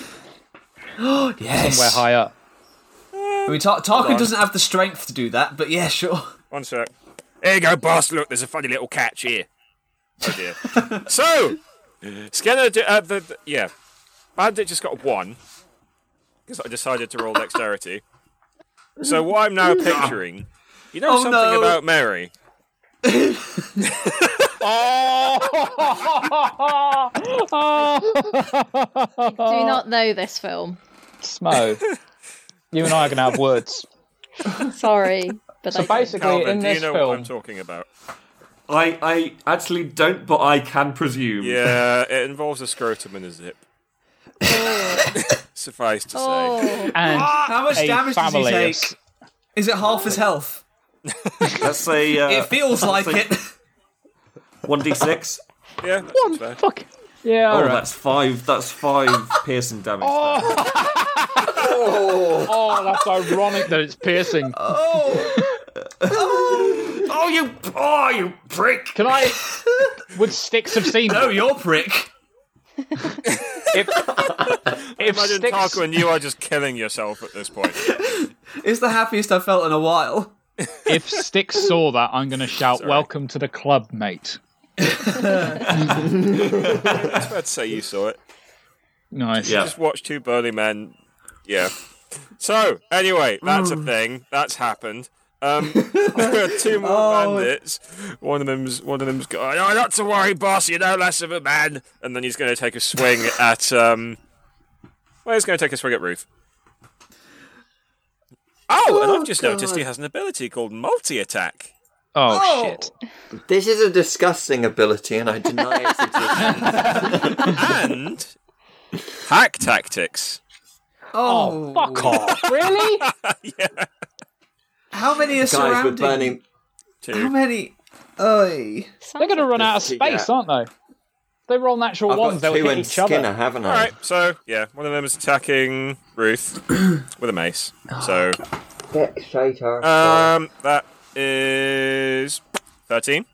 somewhere Yes. high up. I mean, Tar- Tarquin doesn't have the strength to do that, but yeah, sure. One sec. There you go, boss. Look, there's a funny little catch here. Oh dear. so, Skinner, d- uh, the, the, yeah, Bandit just got a one because I decided to roll dexterity. So what I'm now picturing, you know Oh, something no. about Mary. Do not know this film. Smo, you and I are going to have words. Sorry, but So I do. basically, Calvin, in do you this know what I'm film, talking about? I, I actually don't, but I can presume. Yeah, it involves a scrotum and a zip. Suffice to say, Oh, and How much a damage does he family of take? s- Is it half his health? Let's say uh, It feels like say- it. 1d6. yeah, that's fair. Fuck. Yeah, Oh, all right. that's five. That's five piercing damage. there. Oh, that's ironic that it's piercing. Oh, you, oh, you prick! Can I? Would sticks have seen Oh, your prick. if if Imagine sticks? Tarquin, you are just killing yourself at this point. It's the happiest I've felt in a while. If sticks saw that, I'm going to shout, Sorry. "Welcome to the club, mate." I'd say you saw it. Nice. Yeah. just watch two burly men. Yeah. So anyway, that's a thing. That's happened. Um, two more bandits. One of them's one of them's got. Oh, not to worry, boss. You're no less of a man. And then he's going to take a swing at. Um, well, he's going to take a swing at Ruth. Oh, and I've just noticed he has an ability called multi-attack. Oh, shit. This is a disgusting ability, and I deny its and existence. hack tactics. Oh, Fuck off. really? How many are Guys, we're surrounding? burning. How Two. many? Oi. They're going to run out of Just- space, yeah. aren't they? If They roll natural I've ones. got They'll two hit in each Skinner, other. haven't All I? right. So yeah, one of them is attacking Ruth with a mace. Oh, So Dictator. Um, that is thirteen.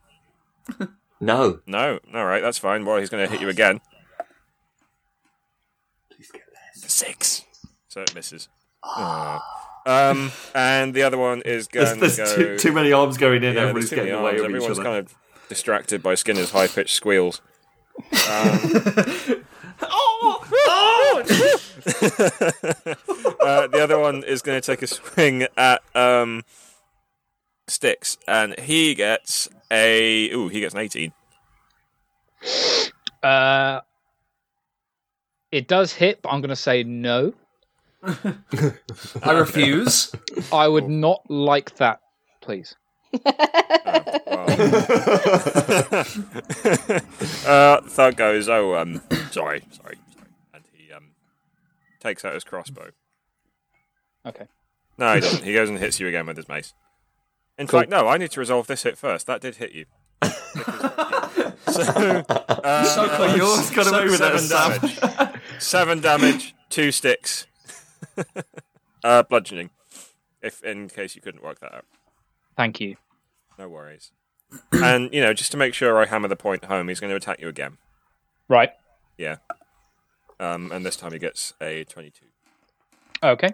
no. No, all right, that's fine. Well, he's going to hit you again. Six. So it misses. Aw. Um, and the other one is There's, going to there's go. too, too many arms going in. Yeah, Everybody's there's too many getting away arms. with each Everyone's other. kind of distracted by Skinner's high pitched squeals. Um, Uh, the other one is going to take a swing at um, sticks, and he gets a. Ooh, he gets an eighteen. Uh, it does hit, but I'm going to say no. I refuse. I would not like that, please. Uh, the thug goes, "Oh, um, sorry, sorry," sorry," and he um takes out his crossbow. Okay. No, he doesn't. He goes and hits you again with his mace. In fact, no. I need to resolve this hit first. That did hit you. So, uh, So close. You almost got away with that, seven damage. seven damage, two sticks. uh, bludgeoning, if in case you couldn't work that out. Thank you. No worries. and, you know, just to make sure I hammer the point home, he's going to attack you again. Right. Yeah. Um, and this time he gets a 22. Okay.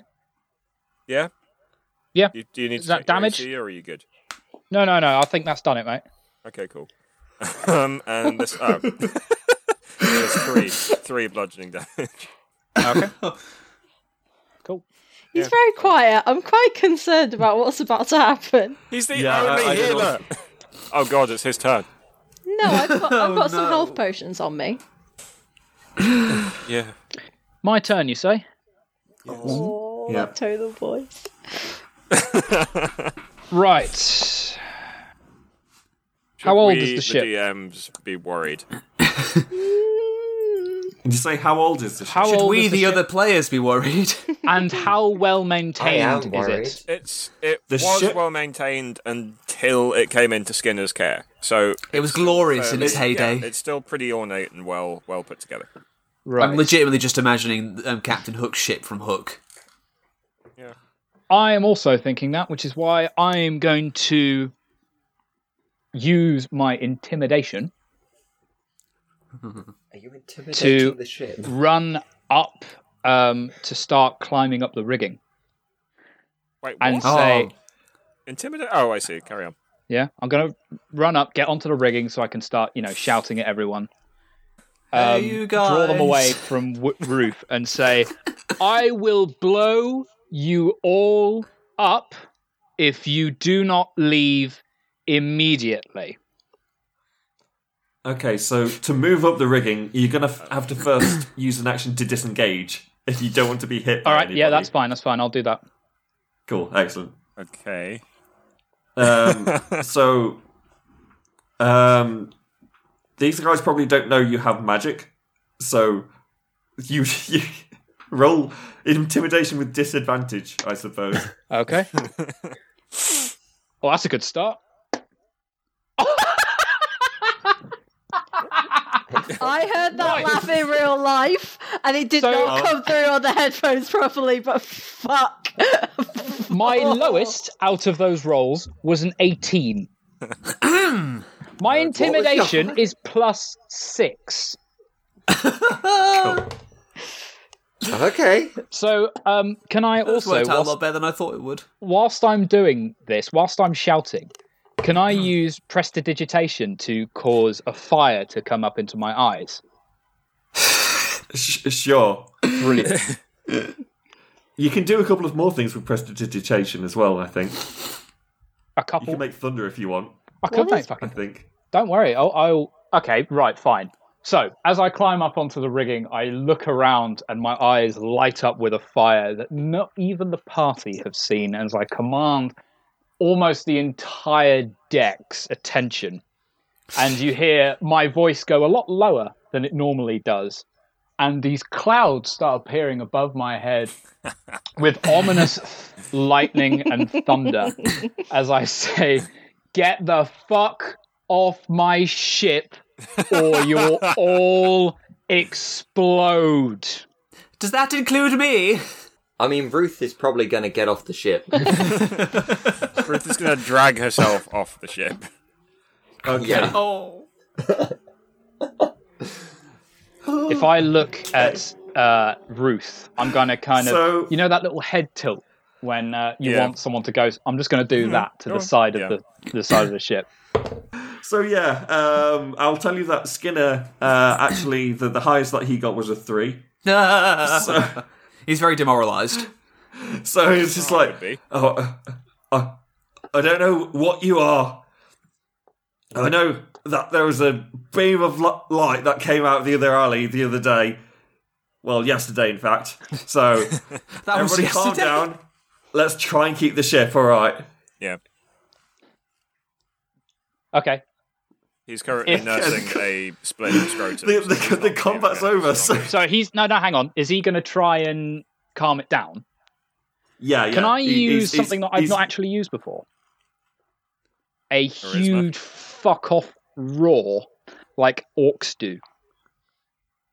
Yeah? Yeah. You, do you need Is to that check your damage? AC or are you good? No, no, no. I think that's done it, mate. Okay, cool. um, and this. Oh. There's three, three bludgeoning damage. Okay. cool. He's very quiet. I'm quite concerned about what's about to happen. He's the Yeah, I- only I did healer. oh god, it's his turn. No, I've got, I've got some health potions on me. Yeah. My turn, you say? Oh, Yeah. that tonal voice. Right. How old is the ship? The DMs be worried. Did you say how old is the ship? How Should old we, is the ship? other players, be worried? And how well am maintained is worried. it? It's it The was ship- well maintained until it came into Skinner's care. So it was glorious in its yeah, heyday. it's still pretty ornate and well well put together. Right. I'm legitimately just imagining um, Captain Hook's ship from Hook. I am also thinking that, which is why I am going to use my intimidation, Are you intimidating To- the ship? run up um, to start climbing up the rigging, Wait, and Oh. what? say, Intimidate? Oh, I see. Carry on. "Yeah, I'm going to run up, get onto the rigging, so I can start, you know, shouting at everyone." Hey, um, you Draw them guys. away from w- roof and say, "I will blow you all up if you do not leave immediately." Okay, so to move up the rigging, you're gonna f- have to first use an action to disengage if you don't want to be hit. By All right, yeah, anybody. that's fine. That's fine. I'll do that. cool. Excellent. Okay. Um, so, um, these guys probably don't know you have magic, so you, you roll intimidation with disadvantage, I suppose. Okay. well, that's a good start. I heard that laugh in real life, and it did So- not come through on the headphones properly. But fuck, My lowest out of those rolls was an 18. Uh, My intimidation is plus six. Okay. So, um, can I That's also, worked out a lot whilst, better than I thought it would. whilst I'm doing this, whilst I'm shouting, can Hmm. I use prestidigitation to cause a fire to come up into my eyes? Sh- sure, Brilliant. you can do a couple of more things with prestidigitation as well. I think A you couple. can make thunder if you want. I could What make is- I fucking think. Don't worry. I'll, I'll. Okay, right, fine. So, as I climb up onto the rigging, I look around and my eyes light up with a fire that not even the party have seen. And as I command almost the entire deck's attention, and you hear my voice go a lot lower than it normally does, and these clouds start appearing above my head with ominous lightning and thunder as I say, get the fuck off my ship or you'll all explode. Does that include me? I mean, Ruth is probably going to get off the ship. Ruth is going to drag herself off the ship. Okay. Yeah. Oh. If I look at uh, Ruth, I'm going to kind of, So- you know, that little head tilt when uh, you Yeah. want someone to go. I'm just going to Mm-hmm. do that to Go the on. side of Yeah. the, the side of the ship. So yeah, um, I'll tell you that Skinner uh, actually the, the highest that he got was a three. So He's very demoralised. So it's just like, be. oh, uh, uh, I don't know what you are. I know that there was a beam of li- light that came out of the other alley the other day. Well, yesterday, in fact. So That was everybody calm yesterday. down. Let's try and keep the ship, all right? Yeah. Okay. He's currently nursing a splendid scrotum. The, the, so he's the, not even combat's gonna- over. So, So he's, no, no, hang on. Is he going to try and calm it down? yeah, yeah. Can I He- use he's- he's- something that I've he's- not actually used before? A huge fuck off roar like orcs do.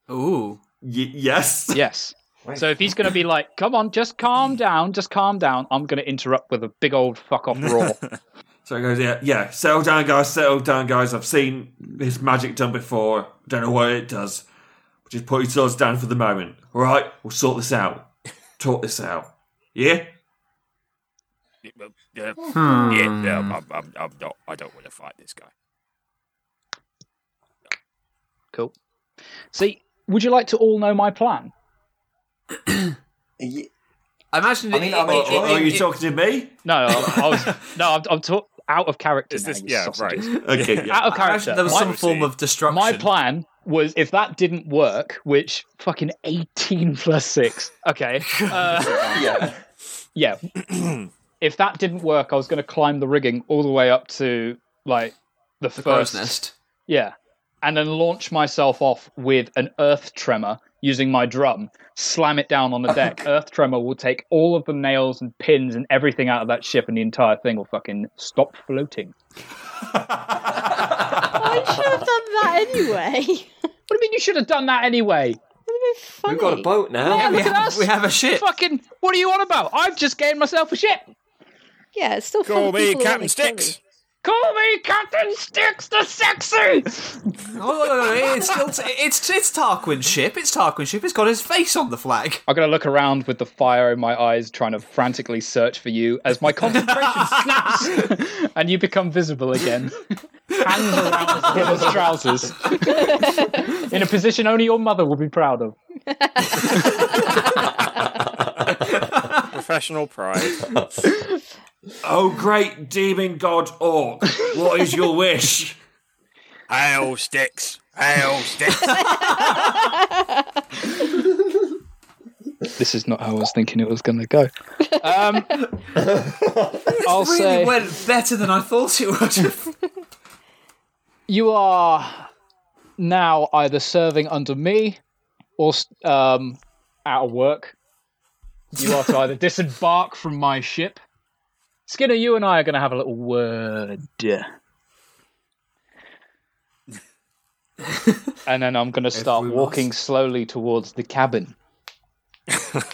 Ooh. Y- yes. Yes. So if he's going to be like, "Come on, just calm down, just calm down," I'm going to interrupt with a big old fuck off roar. So it goes, yeah, yeah, settle down, guys, settle down, guys. I've seen this magic done before. Don't know what it does. Just put your swords down for the moment. All right, we'll sort this out. Talk this out. Yeah? Yeah, yeah, Hmm. yeah, I'm, I'm, I'm I'm not. I don't want to fight this guy. cool. See, would you like to all know my plan? Y- I imagine. I mean, it, I it- it- Or- mean, or- it- are oh, you it- talking to me? No, I, I was no, I'm, I'm talk, out of character. Is now, this? you Yeah, right. sausages. Okay, yeah. Out of I imagine character. there was my, some form of destruction. my plan was if that didn't work, which fucking 18 plus six. Okay. Uh, yeah. yeah. if that didn't work, I was going to climb the rigging all the way up to like the, The crow's first nest. Yeah. And then launch myself off with an earth tremor using my drum, slam it down on the deck. earth tremor will take all of the nails and pins and everything out of that ship, and the entire thing will fucking stop floating. I should have done that anyway. What do you mean you should have done that anyway? Funny. We've got a boat Yeah, now. look We at have, us. we have a ship. Fucking, what are you on about? I've just gained myself a ship. Yeah, it's still Call fun. me People are Captain always Sticks. Call me Captain Sticks the Sexy! Oh, no, no, no, it's still it's it's Tarquin's ship. It's Tarquin's ship. It's got his face on the flag. I'm going to look around with the fire in my eyes, trying to frantically search for you as my concentration snaps and you become visible again. Hands around his trousers. in a position only your mother will be proud of. Professional pride. oh, great demon god orc. What is your wish? Hail Sticks. Hail Sticks. This is not how I was thinking it was going to go. Um, I'll Really say went better than I thought it would. you are now either serving under me or um, out of work. You are to either disembark from my ship. Skinner, you and I are going to have a little word. and then I'm going to start we walking must. slowly towards the cabin. and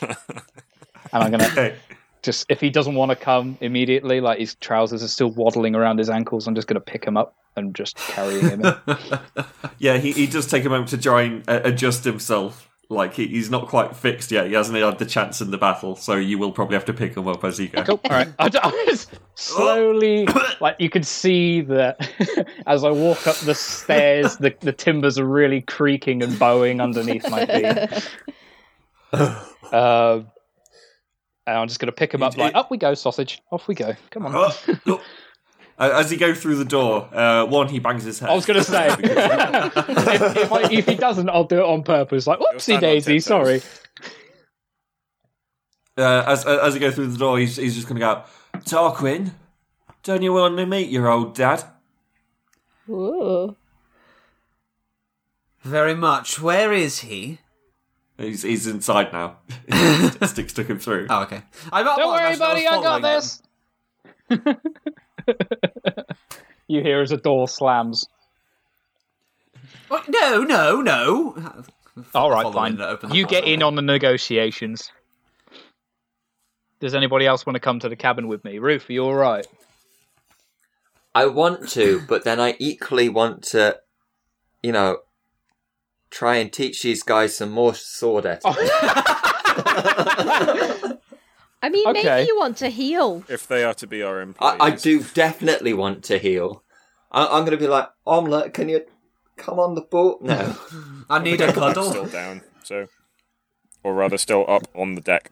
I'm going to Okay. just, if he doesn't want to come immediately, like his trousers are still waddling around his ankles, I'm just going to pick him up and just carry him in. Yeah, he, he does take a moment to try and uh, adjust himself. Like, he, he's not quite fixed yet. He hasn't had the chance in the battle, so you will probably have to pick him up as he goes. Cool. All right. I, I was slowly, like you could see that as I walk up the stairs, the, the timbers are really creaking and bowing underneath my feet. Um, and I'm just going to pick him up. Like up we go, sausage. Off we go. Come on. Oh, look. Uh, As he goes through the door, uh, one, he bangs his head. I was going to say if, if, I, if he doesn't, I'll do it on purpose. Like whoopsie stand on daisy. tiptoes. Sorry. uh, as as he goes through the door, he's, he's just going to go, Tarquin, don't you want to meet your old dad? Ooh. Very much. Where is he? He's, he's inside now. Stick stuck him through. Oh, okay. I, well, Don't I worry, imagine was buddy. I got following him. this. you hear as a door slams. Well, No, Oh, no, no. All right, following fine. that open- You get in on the negotiations. Does anybody else want to come to the cabin with me? Ruth, are you all right? I want to, but then I equally want to, you know, try and teach these guys some more sword etiquette. I mean, Okay. maybe you want to heal. if they are to be our employees, I, I do definitely want to heal. I, I'm going to be like, Omelette, can you come on the boat now? I need a I'm still cuddle. down. So, or rather, still up on the deck.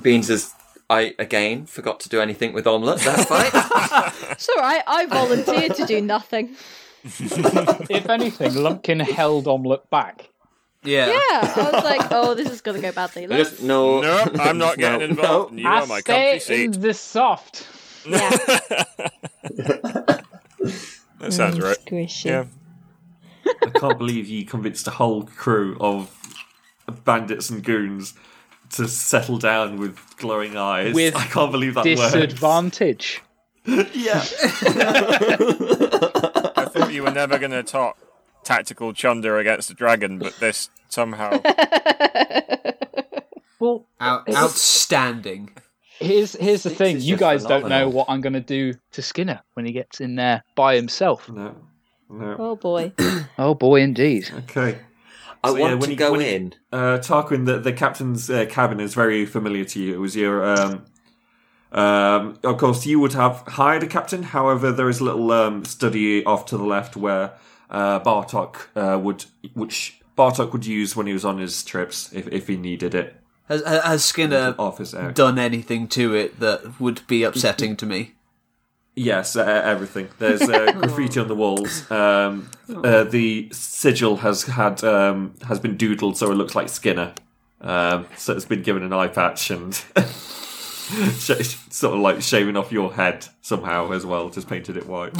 Beans is, I again forgot to do anything with Omelette that fight. It's all right. I volunteered to do nothing. If anything, Lumpkin held Omelette back. Yeah. Yeah, I was like, oh, this is gonna go badly. I Let's- just, no. Nope, I'm not getting No, involved. no. You are my comfy in seat. the soft. yeah. That sounds right. Yeah. I can't believe you convinced a whole crew of bandits and goons to settle down with glowing eyes. With I can't believe that worked. Disadvantage. Yeah. I thought you were never going to talk tactical chunder against a dragon, but this somehow. Well, Out- outstanding. here's here's the thing. is You just guys don't know phenomenal. what I'm going to do to Skinner when he gets in there by himself. No. No. Oh boy. Oh boy, indeed. Okay. I So, yeah, want when to you- go when you- in. Uh, Tarquin, the, the captain's uh, cabin is very familiar to you. It was your. Um, um, of course, you would have hired a captain. However, there is a little um, study off to the left where uh, Bartok uh, would, which Bartok would use when he was on his trips if, if he needed it. Has, has Skinner Office area. done anything to it that would be upsetting to me? Yes, uh, everything. There's uh, graffiti on the walls. Um, uh, the sigil has had um, has been doodled, so it looks like Skinner. Um, so it's been given an eye patch and sh- sort of like shaving off your head somehow as well. Just painted it white.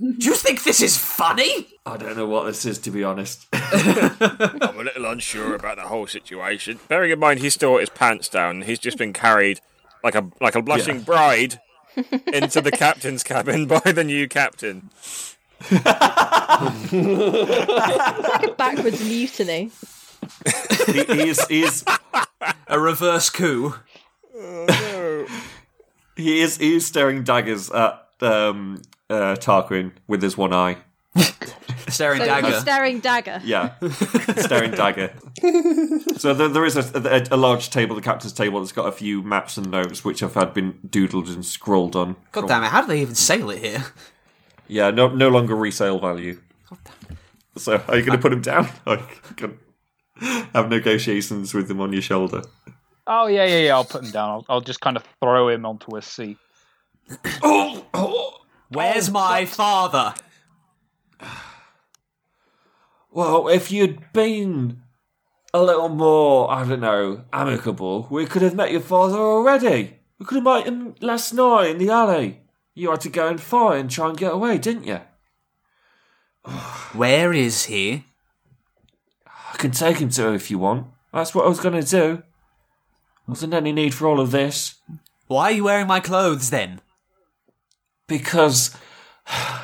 Do you think this is funny? I don't know what this is to be honest. I'm a little unsure about the whole situation. Bearing in mind he's still got his pants down, he's just been carried like a like a blushing Yeah. bride into the captain's cabin by the new captain. Like a backwards mutiny. he, he is he is A reverse coup. he is, he is staring daggers at um, uh, Tarquin with his one eye. Staring So he's dagger. staring dagger. Yeah, staring dagger. so there, there is a, a, a large table, the captain's table, that's got a few maps and notes which have had been doodled and scrolled on. God damn it, how do they even sail it here? Yeah, no, no longer resale value. So are you going to put him down? Like, gonna have negotiations with him on your shoulder. Oh yeah, yeah, yeah. I'll put him down. I'll, I'll just kind of throw him onto a seat. Where's my father? Well, if you'd been a little more, I don't know, amicable, we could have met your father already. We could have met him last night in the alley. You had to go and fight and try and get away, didn't you? Where is he? I can take him to her if you want. That's what I was going to do. Wasn't any need for all of this. Why are you wearing my clothes then? Because.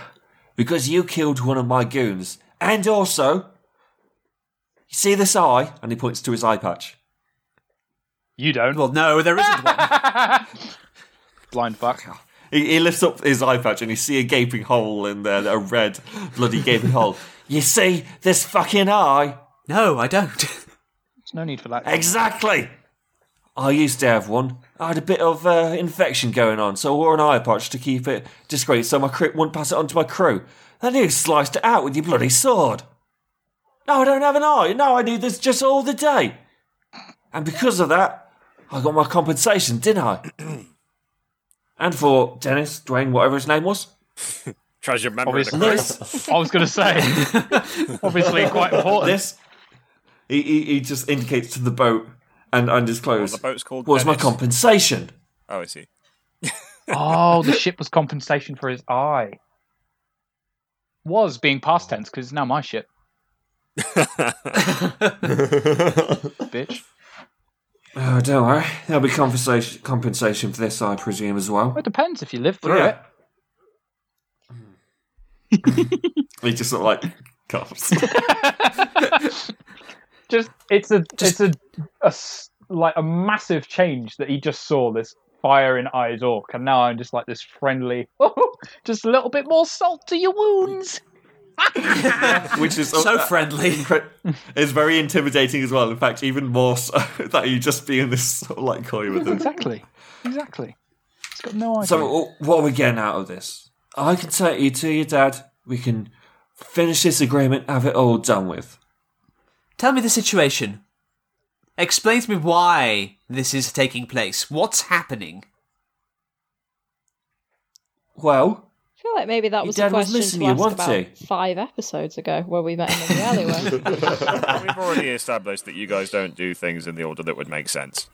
Because you killed one of my goons. And also. You see this eye? And he points to his eye patch. You don't. Well, no, there isn't one. Blind fuck. He, he lifts up his eye patch and you see a gaping hole in there, a red, bloody gaping hole. You see this fucking eye? No, I don't. There's no need for that. Exactly. I used to have one. I had a bit of uh, infection going on, so I wore an eye patch to keep it discreet, so my crew wouldn't pass it on to my crew. Then you sliced it out with your bloody sword. No, I don't have an eye. No, I knew this just all the day. And because of that, I got my compensation, didn't I? and for Dennis, Dwayne, whatever his name was. Treasure member Obviously, of the crew. I was going to say. Obviously, quite important. This, he, he, he just indicates to the boat and, and his clothes. the boat's called was my Dennis." compensation. Oh, I see. Oh, the ship was compensation for his eye. Was being past tense because it's now my ship. Bitch. Oh, don't worry. There'll be compensation compensation for this, I presume, as well. Well, it depends if you live through Yeah. it. He just sort of like coughs. Just it's a it's a, a s- like a massive change that he just saw this fire in eyes orc, and now I'm just like this friendly, just a little bit more salt to your wounds. Which is so friendly. It's very intimidating as well. In fact, even more so that you just be in this sort of like coy with them. Exactly, exactly. He's got no idea. So, wh- what are we getting out of this? I can take you to your dad. We can finish this agreement, have it all done with. Tell me the situation. Explain to me why this is taking place. What's happening? Well, I feel like maybe that was dad a was question listening, to you ask want about to. five episodes ago where we met him in the alleyway. We've already established that you guys don't do things in the order that would make sense.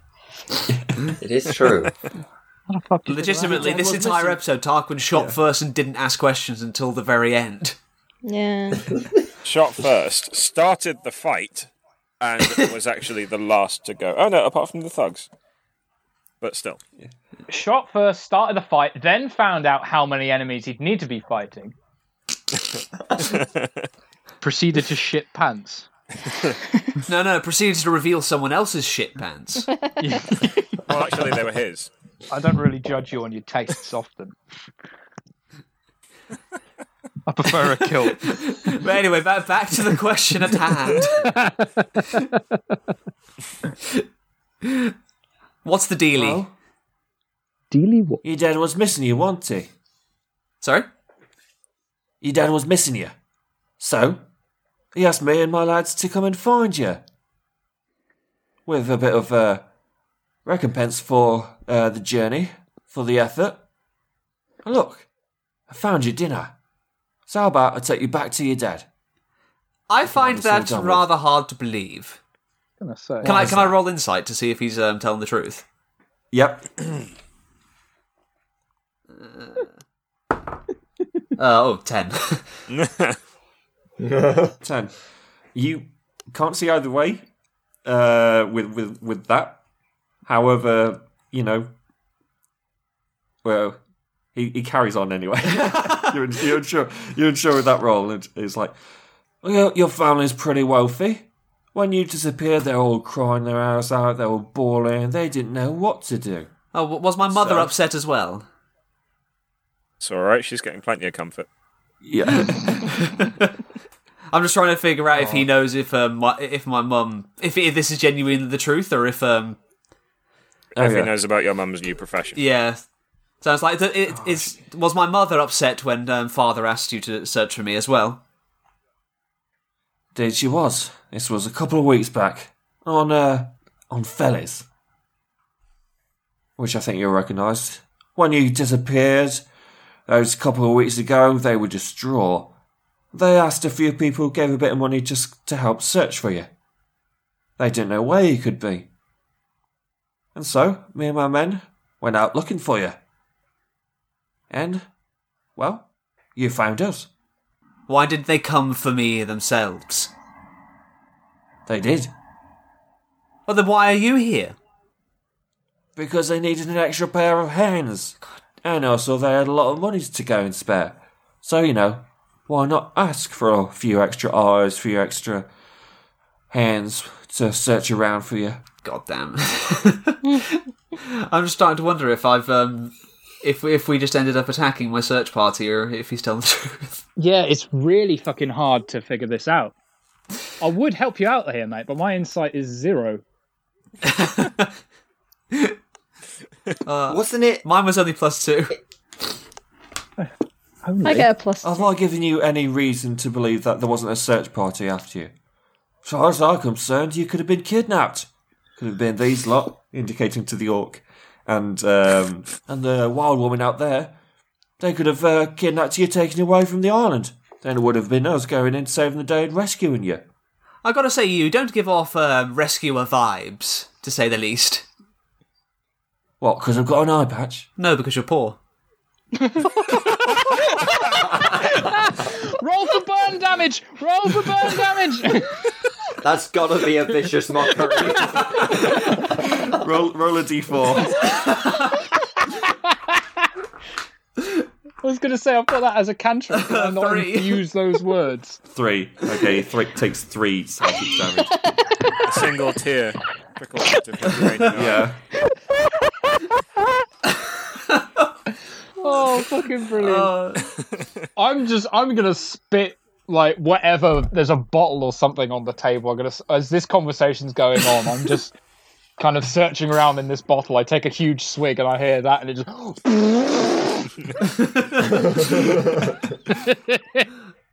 It is true. What the fuck did you do to that? Legitimately, this well, entire listen. episode, Tarquin shot first and didn't ask questions until the very end. yeah. Shot first, started the fight, and was actually the last to go. Oh no, apart from the thugs. But still. shot first, started the fight, then found out how many enemies he'd need to be fighting. Proceeded to shit pants. no, no, proceeded to reveal someone else's shit pants. Well, actually, they were his. I don't really judge you on your tastes often. I prefer a kilt. But anyway, back, back to the question at hand. What's the dealie? Dealy what? Your dad was missing you, wasn't he? Sorry? Your dad was missing you. So, he asked me and my lads to come and find you. With a bit of uh, recompense for uh, the journey, for the effort. And look, I found your dinner. So, how about I take you back to your dad? I find it's all that done with. rather hard to believe. Gonna say. Can I can I roll insight to see if he's um, telling the truth? Yep. Uh, oh, 10. Ten. You can't see either way uh, with with with that. However, you know, well, he, he carries on anyway. you're, you're unsure. You're unsure with that role. And it's like, well, your, your family's pretty wealthy. When you disappeared, they're all crying their eyes out. They were bawling. They didn't know what to do. oh, w- was my mother So- upset as well? It's all right. She's getting plenty of comfort. Yeah. I'm just trying to figure out if he knows if um, my, if my mum if, if this is genuinely the truth or if um Oh, Everyone yeah. knows about your mum's new profession. yeah. Sounds like that. It, it's was my mother upset when um, father asked you to search for me as well. Did she was. This was a couple of weeks back on uh on Fellas, which I think you'll recognise. When you disappeared those couple of weeks ago, they were distraught. They asked a few people, gave a bit of money just to help search for you. They didn't know where you could be, and so me and my men went out looking for you. And well, you found us. Why did they come for me themselves? They did. Well, then why are you here? because they needed an extra pair of hands. And also, they had a lot of money to go and spare. So, you know, why not ask for a few extra eyes, few extra hands to search around for you? God damn. I'm just starting to wonder if I've um, if if we just ended up attacking my search party or if he's telling the truth. Yeah, it's really fucking hard to figure this out. I would help you out here, mate, but my insight is zero. Uh, Wasn't it? Mine was only plus two. Only. I get a plus. I've not given you any reason to believe that there wasn't a search party after you. As far as I'm concerned, you could have been kidnapped. Could have been these lot, indicating to the orc and um, and the wild woman out there. They could have uh, kidnapped you, taken you away from the island. Then it would have been us going in, saving the day, and rescuing you. I gotta say, you don't give off um, rescuer vibes, to say the least. What? Because I've got an eye patch. No, because you're poor. Roll for burn damage! Roll for burn damage! That's gotta be a vicious mockery. Roll, roll a d4. I was going to say, I've got that as a cantrip. Can I not Three. use those words? three. Okay, three takes three psychic damage. A single tear trickles out of his brain. Yeah. Oh, fucking brilliant. Uh, I'm just, I'm going to spit like whatever. There's a bottle or something on the table. I'm going to, as this conversation's going on, I'm just kind of searching around in this bottle. I take a huge swig and I hear that and it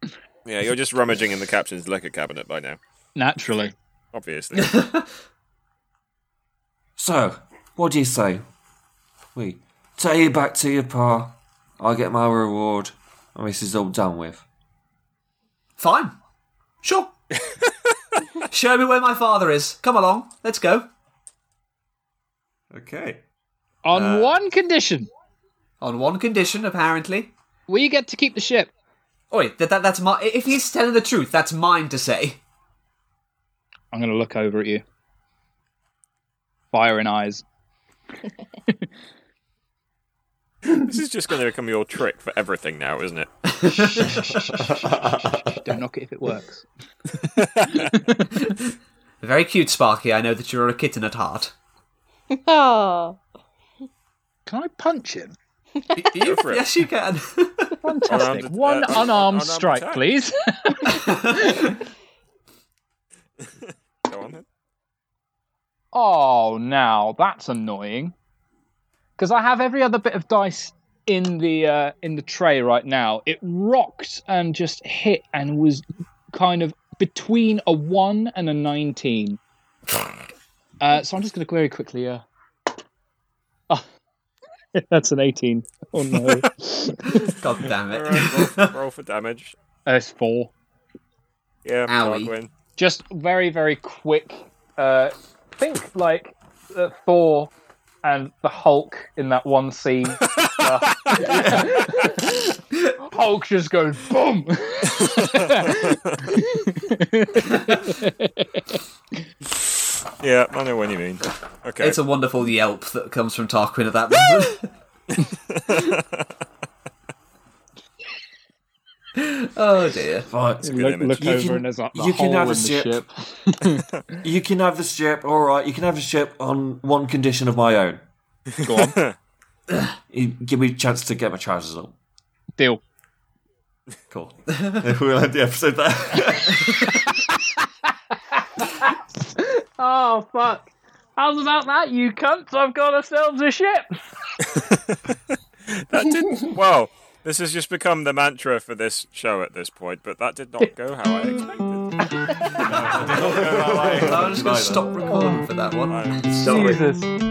just, Yeah, you're just rummaging in the captain's liquor cabinet by now, naturally. obviously. So, what do you say? We take you back to your pa, I get my reward, and this is all done with. Fine. Sure. Show me where my father is. Come along. Let's go. Okay. On Uh, one condition On one condition, apparently. we get to keep the ship. Oi, that, that that's my. If he's telling the truth, that's mine to say. I'm going to look over at you. Fire in eyes. This is just going to become your trick for everything now, isn't it? Don't knock it if it works. Very cute, Sparky. I know that you're a kitten at heart. Oh. Can I punch him? Go for it. Yes, you can. Fantastic. Unarmed- One uh, unarmed, unarmed strike, attack. please. Go on then. oh, now that's annoying. Because I have every other bit of dice in the uh, in the tray right now. It rocked and just hit and was kind of between a one and a nineteen. Uh, so I'm just going to very quickly. Uh... Oh. that's an eighteen. Oh no, God damn All it. right, roll, roll for damage. that's four. Yeah, Owie. hard win. just very very quick uh think like uh, thor and the hulk in that one scene Uh, hulk just goes boom Yeah, I know what you mean. Okay. It's a wonderful yelp that comes from Tarquin at that moment. oh dear. Right. Good image. You over can- and there's, like, the you can hole have a in the ship. ship. You can have the ship, all right. You can have the ship on one condition of my own. go on You give me a chance to get my trousers on. deal Cool. we'll end the episode there. oh fuck How's about that, you cunts? I've got ourselves a ship. That did well. This has just become the mantra for this show at this point, but that did not go how I expected. I'm just going to stop recording for that one. I- Jesus.